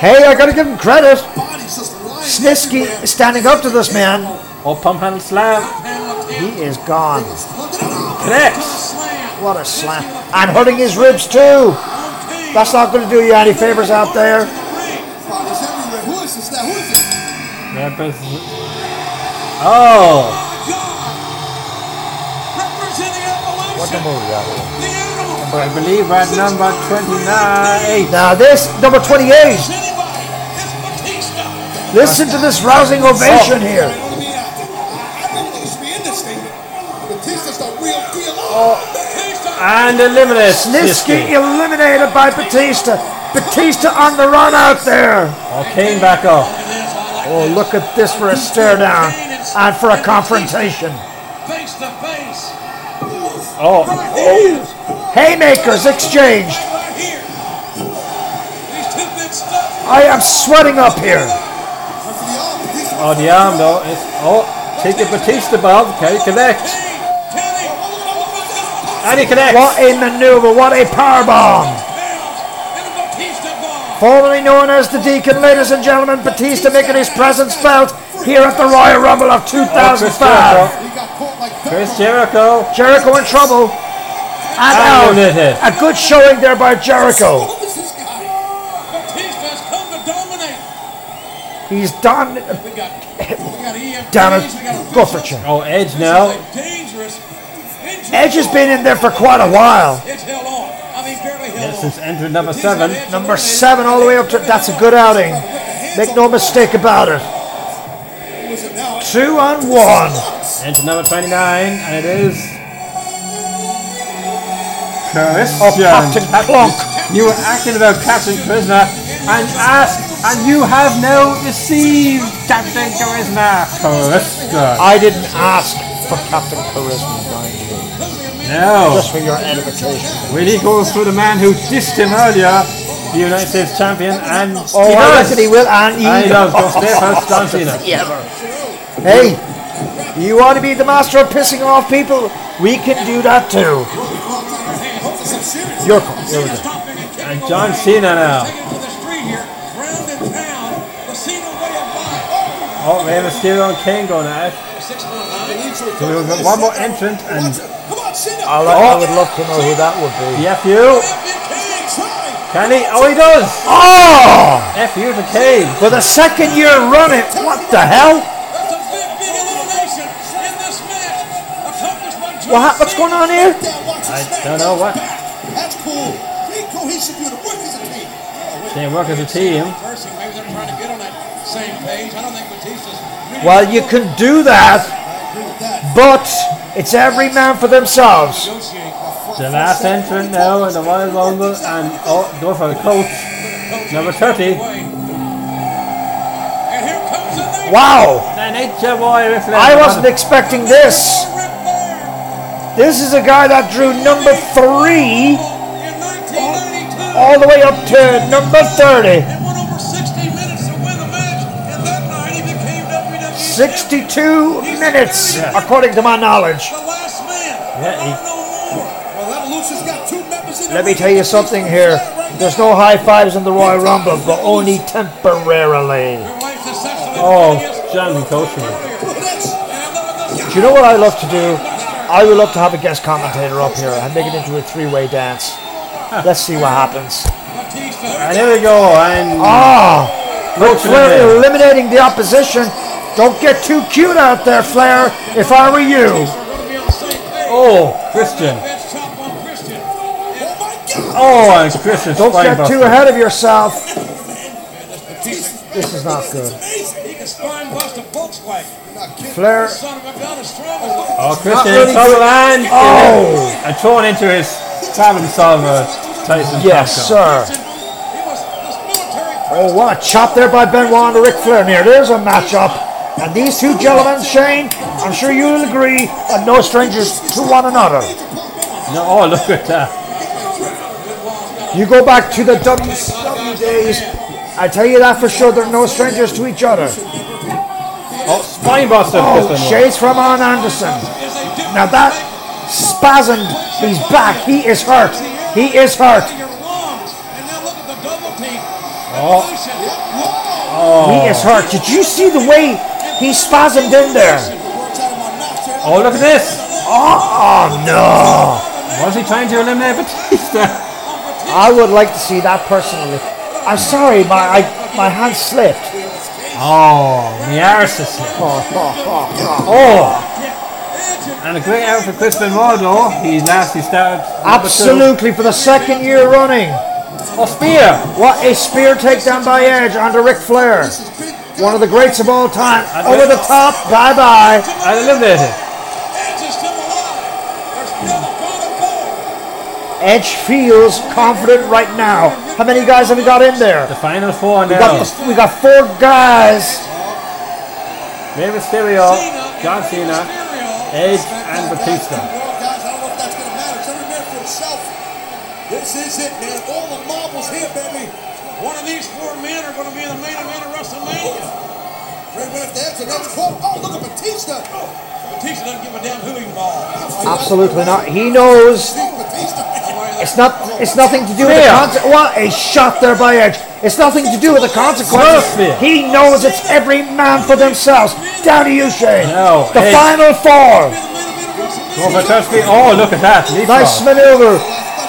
[SPEAKER 2] Hey, I gotta give him credit.
[SPEAKER 7] Bodies just lying
[SPEAKER 2] Snitsky
[SPEAKER 7] everywhere.
[SPEAKER 2] is standing up to this man.
[SPEAKER 3] Oh, pump handle slam.
[SPEAKER 2] He is gone.
[SPEAKER 3] Connects.
[SPEAKER 2] What a slam. And hurting his ribs too. That's not gonna do you any favors out there.
[SPEAKER 7] Bodies everywhere. Who is this now? Who is this?
[SPEAKER 3] Yeah, but- Oh,
[SPEAKER 2] What number was that?
[SPEAKER 3] I believe at number 29.
[SPEAKER 2] Now this, number 28. Listen to this rousing ovation here.
[SPEAKER 7] I want to be out there. I, I really think it should be in this thing. Batista's a real deal.
[SPEAKER 2] Oh.
[SPEAKER 3] And eliminates
[SPEAKER 2] Snitsky
[SPEAKER 3] Snitsky.
[SPEAKER 2] eliminated by Batista. Batista on the run out there.
[SPEAKER 3] Oh, Kane back off.
[SPEAKER 2] Oh, look at this for a stare down and for a confrontation.
[SPEAKER 4] Face to face.
[SPEAKER 3] Oh,
[SPEAKER 2] Haymakers exchanged.
[SPEAKER 4] Right here. These two big stuff.
[SPEAKER 2] I am sweating up here.
[SPEAKER 3] oh the arm though. It's, oh, take the Batista belt. Can he connect?
[SPEAKER 4] Oh,
[SPEAKER 3] And he connects.
[SPEAKER 2] What a maneuver, what a power bomb. Formerly known as the Deacon, ladies and gentlemen, Batista making his presence felt here at the Royal Rumble of
[SPEAKER 3] Oh, Chris
[SPEAKER 2] 2005.
[SPEAKER 3] Jericho.
[SPEAKER 7] He got caught like
[SPEAKER 3] Chris Jericho.
[SPEAKER 2] Jericho in trouble.
[SPEAKER 3] Oh,
[SPEAKER 2] And
[SPEAKER 3] did it.
[SPEAKER 2] out. A good showing there by
[SPEAKER 4] Oh,
[SPEAKER 2] Jericho.
[SPEAKER 7] Who is this guy?
[SPEAKER 4] Batista's come to dominate.
[SPEAKER 2] He's done.
[SPEAKER 4] We got, we got EMTs,
[SPEAKER 2] Damn
[SPEAKER 4] we got
[SPEAKER 2] it. Go for it, Jim.
[SPEAKER 3] Oh, Edge
[SPEAKER 4] This
[SPEAKER 3] now.
[SPEAKER 4] is a dangerous injury.
[SPEAKER 2] Edge has been in there for quite a while.
[SPEAKER 4] It's held on. I mean, barely held
[SPEAKER 3] Yeah,
[SPEAKER 4] on.
[SPEAKER 3] since entry number
[SPEAKER 4] Batista and
[SPEAKER 3] seven.
[SPEAKER 4] Edge
[SPEAKER 2] Number
[SPEAKER 4] eliminated.
[SPEAKER 2] seven, all the way up to. That's a good outing. Make no mistake about it. Two on one.
[SPEAKER 3] Enter number 29, and it is. Christian.
[SPEAKER 2] Oh, Captain Clunk.
[SPEAKER 3] You were acting about Captain Charisma and asked, and you have now received Captain Charisma. Charisma.
[SPEAKER 2] I didn't ask for Captain Charisma, mind you.
[SPEAKER 3] No.
[SPEAKER 2] Just for your edification.
[SPEAKER 3] When he goes through the man who dissed him earlier, the United States champion, and.
[SPEAKER 2] Oh, I
[SPEAKER 3] he does.
[SPEAKER 2] reckon he will, and he
[SPEAKER 3] And he does.
[SPEAKER 2] does.
[SPEAKER 3] Goes there first, John Cena.
[SPEAKER 2] Hey, you want to be the master of pissing off people? We can do that too. Your call. Here we go.
[SPEAKER 4] Stopping and kicking
[SPEAKER 3] And John
[SPEAKER 4] away.
[SPEAKER 3] Cena now.
[SPEAKER 4] Taken to the street here. Ground and pound. The Cena way of life.
[SPEAKER 3] Oh, we have a stereo on Kango now.
[SPEAKER 4] Six one nine.
[SPEAKER 3] So we've got one more entrant, and
[SPEAKER 7] Come on, Cena.
[SPEAKER 2] I, lo- I would love to know who that would be.
[SPEAKER 3] the FU.
[SPEAKER 4] Champion King.
[SPEAKER 3] Can he? Oh, he does.
[SPEAKER 2] Oh!
[SPEAKER 3] FU to Kane.
[SPEAKER 2] For the second year running. What the hell?
[SPEAKER 4] That's a big, big elimination in this match. Accomplished by John
[SPEAKER 2] What, ha- what's going on here?
[SPEAKER 7] Down, watch his
[SPEAKER 3] I
[SPEAKER 7] back,
[SPEAKER 3] don't know what-
[SPEAKER 7] watch his back. That's cool. Great cohesive unit. Work as a team.
[SPEAKER 3] They work as a team.
[SPEAKER 4] Cursing. Maybe they're trying to get on that same page. I don't think Batista's. Really
[SPEAKER 2] Well, you can do that,
[SPEAKER 7] I agree with that.
[SPEAKER 2] but it's every man for themselves.
[SPEAKER 4] negotiate.
[SPEAKER 3] The last entrant now in the Royal Rumble and oh, go for the coach. Number 30.
[SPEAKER 4] And here comes the knee.
[SPEAKER 2] Wow!
[SPEAKER 3] The Nature Boy reflex.
[SPEAKER 2] I wasn't expecting this.
[SPEAKER 4] Rip there.
[SPEAKER 2] This is a guy that drew number three
[SPEAKER 4] In 1992.
[SPEAKER 2] all the way up to number 30.
[SPEAKER 4] It went over 60 minutes to win the match, and that night he became E WWE
[SPEAKER 2] 62 minutes, according to my knowledge.
[SPEAKER 4] champion, the last man.
[SPEAKER 3] Yeah, he-
[SPEAKER 4] Not no more.
[SPEAKER 7] Well, that Lucius got two members in the
[SPEAKER 2] Let me
[SPEAKER 7] ring.
[SPEAKER 2] tell you something here. There's no high fives in the Royal Rumble, but only temporarily.
[SPEAKER 4] Your wife is sexually
[SPEAKER 3] Oh,
[SPEAKER 4] devious.
[SPEAKER 3] John Coachman.
[SPEAKER 7] Look at this.
[SPEAKER 4] And look at this.
[SPEAKER 2] Do you know what I love to do? I would love to have a guest commentator up here and make it into a three-way dance. Let's see what happens.
[SPEAKER 4] Batista.
[SPEAKER 3] And here we go. And
[SPEAKER 2] Ah,
[SPEAKER 3] coach in
[SPEAKER 2] Flair
[SPEAKER 3] there.
[SPEAKER 2] eliminating the opposition. Don't get too cute out there, Flair. If I were you,
[SPEAKER 4] We're going to be on the same page.
[SPEAKER 3] Oh, Christian.
[SPEAKER 4] Bench chop on Christian.
[SPEAKER 7] Oh, my God.
[SPEAKER 3] Oh, and Christian
[SPEAKER 2] don't get too
[SPEAKER 3] spinebuster.
[SPEAKER 2] ahead of yourself.
[SPEAKER 4] Batista.
[SPEAKER 2] This is not good.
[SPEAKER 4] He can spine bust a Volkswagen.
[SPEAKER 2] Flair,
[SPEAKER 4] Son of a gun is strong as well.
[SPEAKER 3] Oh, Christian
[SPEAKER 2] really
[SPEAKER 3] Sutherland.
[SPEAKER 2] Oh.
[SPEAKER 3] And thrown into his problem solver, Tyson
[SPEAKER 2] yes,
[SPEAKER 3] Tucker.
[SPEAKER 2] sir.
[SPEAKER 4] Christian, He was this military
[SPEAKER 2] Oh, what a chop there by Benoit and Ric Flair. Here, there's a matchup. And these two gentlemen, Shane, I'm sure you'll agree, are no strangers to one another.
[SPEAKER 3] No, oh, look at that.
[SPEAKER 2] You go back to the WCW days, I tell you that for sure, they're no strangers to each other.
[SPEAKER 3] Oh, spinebuster,
[SPEAKER 2] Oh,
[SPEAKER 3] Christian.
[SPEAKER 2] shades from Arn Anderson.
[SPEAKER 4] is a different
[SPEAKER 2] Now that spasmed, he's back. He is hurt. He is hurt.
[SPEAKER 4] You're wrong.
[SPEAKER 3] Oh,
[SPEAKER 4] elevation.
[SPEAKER 2] He is hurt. Did you see the way he spasmed in there?
[SPEAKER 3] Oh, look at this.
[SPEAKER 2] Oh, oh, no.
[SPEAKER 3] Was he trying to eliminate Batista?
[SPEAKER 2] I would like to see that personally. I'm sorry, my I, my hand slipped.
[SPEAKER 3] Oh, Miarsis.
[SPEAKER 2] Oh, oh, oh, oh.
[SPEAKER 3] And a great effort for Chris Benoit, though. He lastly started. number two.
[SPEAKER 2] absolutely for the second year running.
[SPEAKER 3] Oh, spear.
[SPEAKER 2] What a spear takedown by Edge onto Ric Flair. One of the greats of all time. Over the top, bye bye.
[SPEAKER 3] And eliminated.
[SPEAKER 4] Edge is still alive. There's still a final four.
[SPEAKER 2] Edge feels confident right now. How many guys have we got in there?
[SPEAKER 3] The final four
[SPEAKER 2] We
[SPEAKER 3] now.
[SPEAKER 2] got, the, we got four guys.
[SPEAKER 3] Rey Mysterio,
[SPEAKER 4] Cena
[SPEAKER 3] John
[SPEAKER 4] and
[SPEAKER 3] Cena,
[SPEAKER 4] Mysterio.
[SPEAKER 3] Edge, and Batista.
[SPEAKER 7] Guys, I don't know if that's gonna matter. It's every man for himself.
[SPEAKER 1] This is it, man. All the marbles here, baby.
[SPEAKER 4] One of these four men are going to be in the main event of WrestleMania.
[SPEAKER 7] Right left answer. That's four. Oh, look at Batista.
[SPEAKER 4] Batista doesn't give a damn who he involves.
[SPEAKER 2] Absolutely not. He knows it's not. It's nothing to do with the
[SPEAKER 3] Clear.
[SPEAKER 2] conse- What a shot there by Edge. It's nothing to do with the consequences.
[SPEAKER 3] Clear.
[SPEAKER 2] He knows it's every man for themselves. Down to you, Shane.
[SPEAKER 3] No,
[SPEAKER 2] the
[SPEAKER 3] Edge.
[SPEAKER 2] final four.
[SPEAKER 3] Go for touch me. Oh, look at that. Leapfrog.
[SPEAKER 2] Nice maneuver.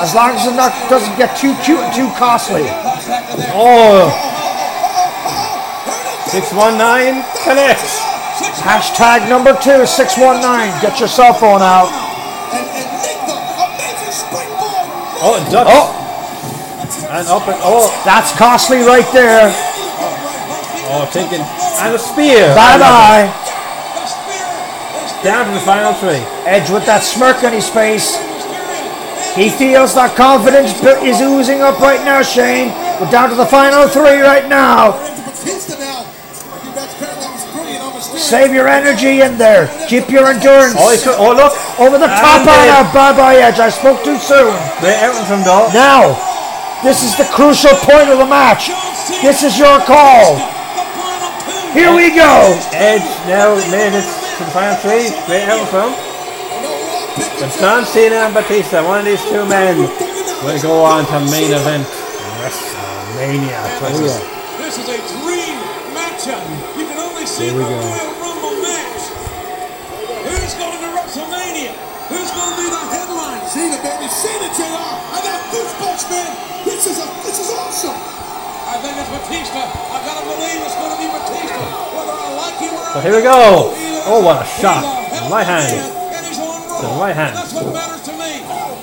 [SPEAKER 2] As long as it not, doesn't get too cute and too costly.
[SPEAKER 3] Oh. 619 connects.
[SPEAKER 2] Hashtag number two, 619. Get your cell phone out.
[SPEAKER 7] And, and Nick, the amazing springboard.
[SPEAKER 3] Oh, and ducks.
[SPEAKER 2] Oh,
[SPEAKER 3] And up and oh.
[SPEAKER 2] that's costly right there.
[SPEAKER 3] Oh, taking. And a spear.
[SPEAKER 2] Bye bye.
[SPEAKER 3] Down to the final three.
[SPEAKER 2] Edge with that smirk on his face. He feels that confidence bu- is oozing up right now, Shane. We're down to the final three right now.
[SPEAKER 7] Into Batista now. You guys, apparently that was brilliant. I'm a
[SPEAKER 2] Save your energy in there. Keep your endurance.
[SPEAKER 3] Oh, he could, oh look.
[SPEAKER 2] Over the top
[SPEAKER 3] And uh,
[SPEAKER 2] on a
[SPEAKER 3] then-
[SPEAKER 2] bye bye Edge. I spoke too soon.
[SPEAKER 3] Great effort from Dolph.
[SPEAKER 2] Now, this is the crucial point of the match. This is your call. Here we go.
[SPEAKER 3] Edge now made it to the final three. Great effort from. But John Cena and Batista, one of these two men, will go on to main event. WrestleMania.
[SPEAKER 2] Oh,
[SPEAKER 3] 20.
[SPEAKER 4] Oh, This is a dream matchup. You can only see it in the
[SPEAKER 3] Here we go.
[SPEAKER 4] Royal Rumble match. Who's going to WrestleMania? Who's going to be the uh, headline?
[SPEAKER 7] Cena, baby. Cena, JR. I got goosebumps, man. This is a, this is awesome.
[SPEAKER 4] I think it's Batista. I gotta believe it's going to be Batista. Whether I like him or not.
[SPEAKER 3] So here we go. Oh, what a shot. Right hand.
[SPEAKER 4] And he's on Raw.
[SPEAKER 3] The right hand.
[SPEAKER 4] That's what matters to me.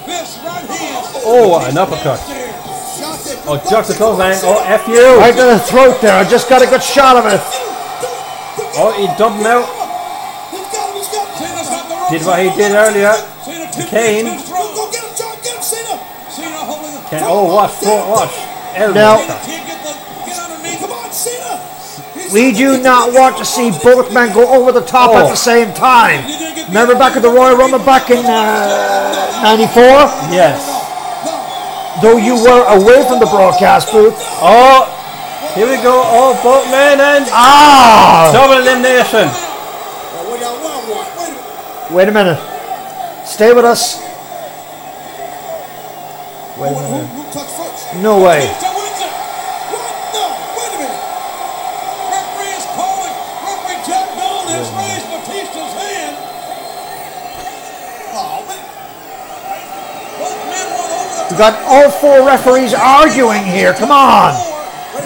[SPEAKER 4] This right hand.
[SPEAKER 3] Oh, an uppercut.
[SPEAKER 7] Shot that.
[SPEAKER 3] Oh, just a clothesline. Oh, F you.
[SPEAKER 2] Right to the throat there. I just got a good shot of it.
[SPEAKER 3] Oh, he dumped him out.
[SPEAKER 7] He's got him. He's got him.
[SPEAKER 4] Cena's got the rope.
[SPEAKER 3] Did what he did earlier.
[SPEAKER 4] Cena tipped
[SPEAKER 3] Kane.
[SPEAKER 4] his fist
[SPEAKER 7] Go,
[SPEAKER 4] wrong.
[SPEAKER 7] go get him, John. Get him, Cena.
[SPEAKER 4] Cena holding the.
[SPEAKER 3] Can, oh, what? Four, what? Elbow.
[SPEAKER 2] Now-
[SPEAKER 4] Cena can't get the. Get underneath
[SPEAKER 7] Come on, Cena. He's
[SPEAKER 2] We do not want to see both men go over the top
[SPEAKER 3] Oh.
[SPEAKER 2] at the same time. Remember back at the Royal Rumble back in uh, 94?
[SPEAKER 3] Yes.
[SPEAKER 2] Though you were away from the broadcast booth.
[SPEAKER 3] Oh, here we go. Oh, both men and
[SPEAKER 2] Ah!
[SPEAKER 3] double elimination.
[SPEAKER 7] What y'all want? What? Wait a
[SPEAKER 2] Wait a
[SPEAKER 7] minute.
[SPEAKER 2] minute. Stay with us. Wait a
[SPEAKER 7] Who,
[SPEAKER 2] minute.
[SPEAKER 7] who touched first?
[SPEAKER 2] No way.
[SPEAKER 4] Batista wins it.
[SPEAKER 7] What? No. Wait a minute.
[SPEAKER 4] Referee is calling. Referee Jack Dolan has raised Batista's hand.
[SPEAKER 7] Oh, wait.
[SPEAKER 4] Both men went over the
[SPEAKER 2] We got all four referees arguing here. Come on.
[SPEAKER 4] floor.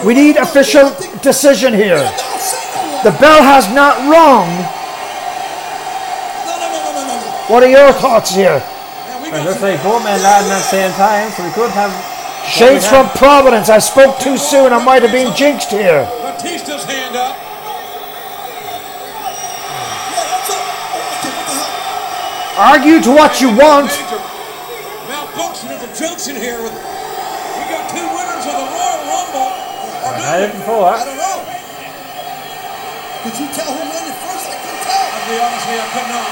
[SPEAKER 2] We need official decision here.
[SPEAKER 7] No, Cena won.
[SPEAKER 2] The bell has not rung.
[SPEAKER 7] No, no, no, no, no, no, no.
[SPEAKER 2] What are your thoughts here?
[SPEAKER 4] And we
[SPEAKER 3] It
[SPEAKER 4] got
[SPEAKER 3] looks like both men landed at the same time, so we could have.
[SPEAKER 2] Shades from Providence. I spoke too soon. I might have been jinxed here.
[SPEAKER 4] Batista's hand up.
[SPEAKER 7] Yeah, that's it. What the hell?
[SPEAKER 2] Argue to what you want.
[SPEAKER 4] Major malfunction at the junction here. With, we got two winners of the Royal Rumble. Or do
[SPEAKER 3] Had it
[SPEAKER 4] we?
[SPEAKER 3] before.
[SPEAKER 7] I don't know. Did you tell who landed first? I couldn't tell.
[SPEAKER 4] I'll be honest with you, I could not.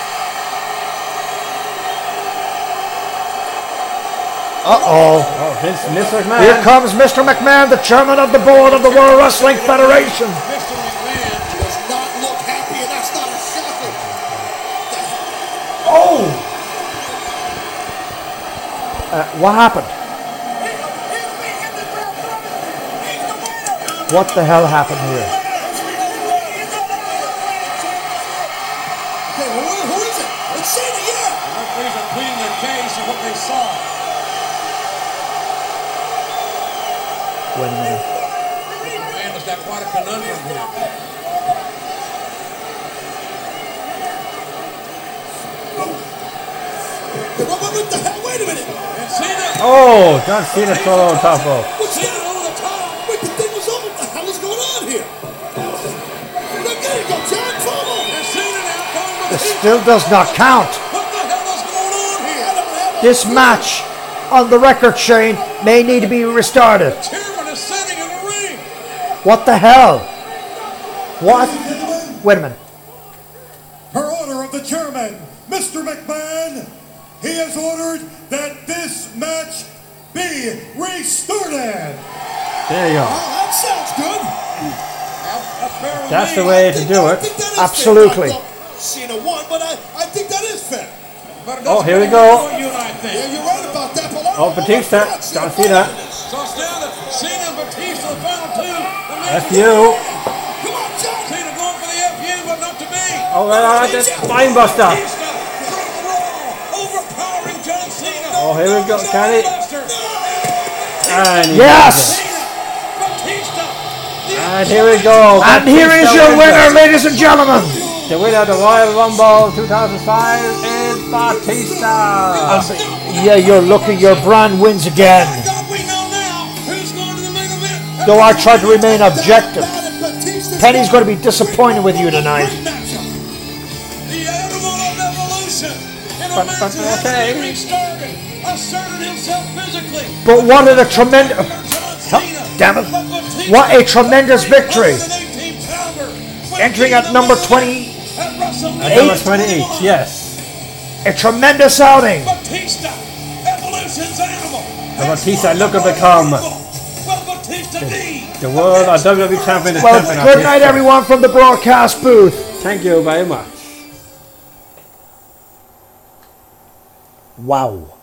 [SPEAKER 2] Uh-oh.
[SPEAKER 3] Oh, Vince, Mr.
[SPEAKER 2] Here
[SPEAKER 3] McMahon.
[SPEAKER 2] comes Mr. McMahon, the chairman of the board of the World Wrestling Federation.
[SPEAKER 4] Mr. McMahon.
[SPEAKER 7] Does not look happy, and that's not a shocker.
[SPEAKER 2] Oh! Uh, what happened?
[SPEAKER 7] He's the winner.
[SPEAKER 2] What the hell happened here?
[SPEAKER 7] Okay, who, who is it? It's Shayna, yeah!
[SPEAKER 4] The referees are pleading their case of what they saw.
[SPEAKER 2] Wait a minute.
[SPEAKER 4] Man has got quite a conundrum here.
[SPEAKER 7] What, what, what the hell? Wait a minute!
[SPEAKER 4] And Cena,
[SPEAKER 3] Oh, John Cena solo on top rope.
[SPEAKER 7] What's
[SPEAKER 4] Cena
[SPEAKER 7] that?
[SPEAKER 4] over the top.
[SPEAKER 7] Wait, the thing was over. What the hell is going on here? Now get it, go, John, follow!
[SPEAKER 4] And Cena now going with
[SPEAKER 2] This
[SPEAKER 4] the
[SPEAKER 2] still does not count.
[SPEAKER 4] What the hell is going on here?
[SPEAKER 2] This match on the record, Shane, may need to be restarted.
[SPEAKER 4] Chairman is sitting in the ring.
[SPEAKER 2] What the hell? What?
[SPEAKER 1] Gentlemen,
[SPEAKER 2] Wait a minute.
[SPEAKER 1] per order of the chairman,
[SPEAKER 4] Ah,
[SPEAKER 1] Mr. McMahon, he has ordered that this match be restarted.
[SPEAKER 3] There you go.
[SPEAKER 7] Oh, that sounds good!
[SPEAKER 3] That's the way to do it.
[SPEAKER 2] Absolutely.
[SPEAKER 7] Cena won, but I, I think that is fair.
[SPEAKER 4] But it
[SPEAKER 3] Oh,
[SPEAKER 4] doesn't
[SPEAKER 3] here we
[SPEAKER 4] matter
[SPEAKER 3] go.
[SPEAKER 4] what You and I think.
[SPEAKER 7] Yeah, you're right about that, but I
[SPEAKER 3] Oh, Batista. John Cena.
[SPEAKER 4] So it's down to Cena and Batista, the final two. The match
[SPEAKER 3] That's
[SPEAKER 4] is-
[SPEAKER 3] you.
[SPEAKER 7] Come on, John!
[SPEAKER 4] Cena going for the FU, but not to be.
[SPEAKER 3] Oh, well, that's Spinebuster.
[SPEAKER 4] Batista from the Raw, overpowering John Cena.
[SPEAKER 3] Oh, here we go.
[SPEAKER 4] John
[SPEAKER 3] Got it.
[SPEAKER 4] Buster.
[SPEAKER 3] And he does
[SPEAKER 2] Yes!
[SPEAKER 4] Cena, Batista.
[SPEAKER 3] it. And here we go.
[SPEAKER 2] And here is
[SPEAKER 3] Batista
[SPEAKER 2] your
[SPEAKER 3] wins
[SPEAKER 2] winner,
[SPEAKER 3] it.
[SPEAKER 2] ladies and gentlemen.
[SPEAKER 3] The winner of the Royal Rumble 2005 is Batista.
[SPEAKER 2] Yeah, you're lucky your brand wins again.
[SPEAKER 4] God, we know now who's going to the main event.
[SPEAKER 2] Though I try to remain objective.
[SPEAKER 7] Objective.
[SPEAKER 2] Penny's going to be disappointed with you tonight.
[SPEAKER 4] The animal of evolution. And a
[SPEAKER 3] But-
[SPEAKER 4] man
[SPEAKER 3] but-
[SPEAKER 4] who hasn't
[SPEAKER 3] okay.
[SPEAKER 4] even started, asserted himself physically.
[SPEAKER 2] But what a tremendous. Oh,
[SPEAKER 4] John Cena.
[SPEAKER 2] damn it.
[SPEAKER 4] But Batista,
[SPEAKER 2] What a tremendous victory.
[SPEAKER 4] 118 pounder.
[SPEAKER 2] Entering at
[SPEAKER 4] Batista
[SPEAKER 2] number
[SPEAKER 4] wins
[SPEAKER 2] 20.
[SPEAKER 4] At WrestleMania
[SPEAKER 3] At number 28,
[SPEAKER 4] 21.
[SPEAKER 3] yes.
[SPEAKER 2] A tremendous outing.
[SPEAKER 4] Batista, evolution's animal.
[SPEAKER 3] The
[SPEAKER 4] has
[SPEAKER 3] Batista
[SPEAKER 4] won the
[SPEAKER 3] look of the
[SPEAKER 4] Royal
[SPEAKER 3] calm.
[SPEAKER 4] Rumble. But Batista needs
[SPEAKER 3] The world of WWE E champion is
[SPEAKER 2] Well,
[SPEAKER 3] champion of
[SPEAKER 2] good
[SPEAKER 3] this
[SPEAKER 2] night,
[SPEAKER 3] show.
[SPEAKER 2] everyone, from the broadcast booth.
[SPEAKER 3] Thank you very much.
[SPEAKER 2] Wow.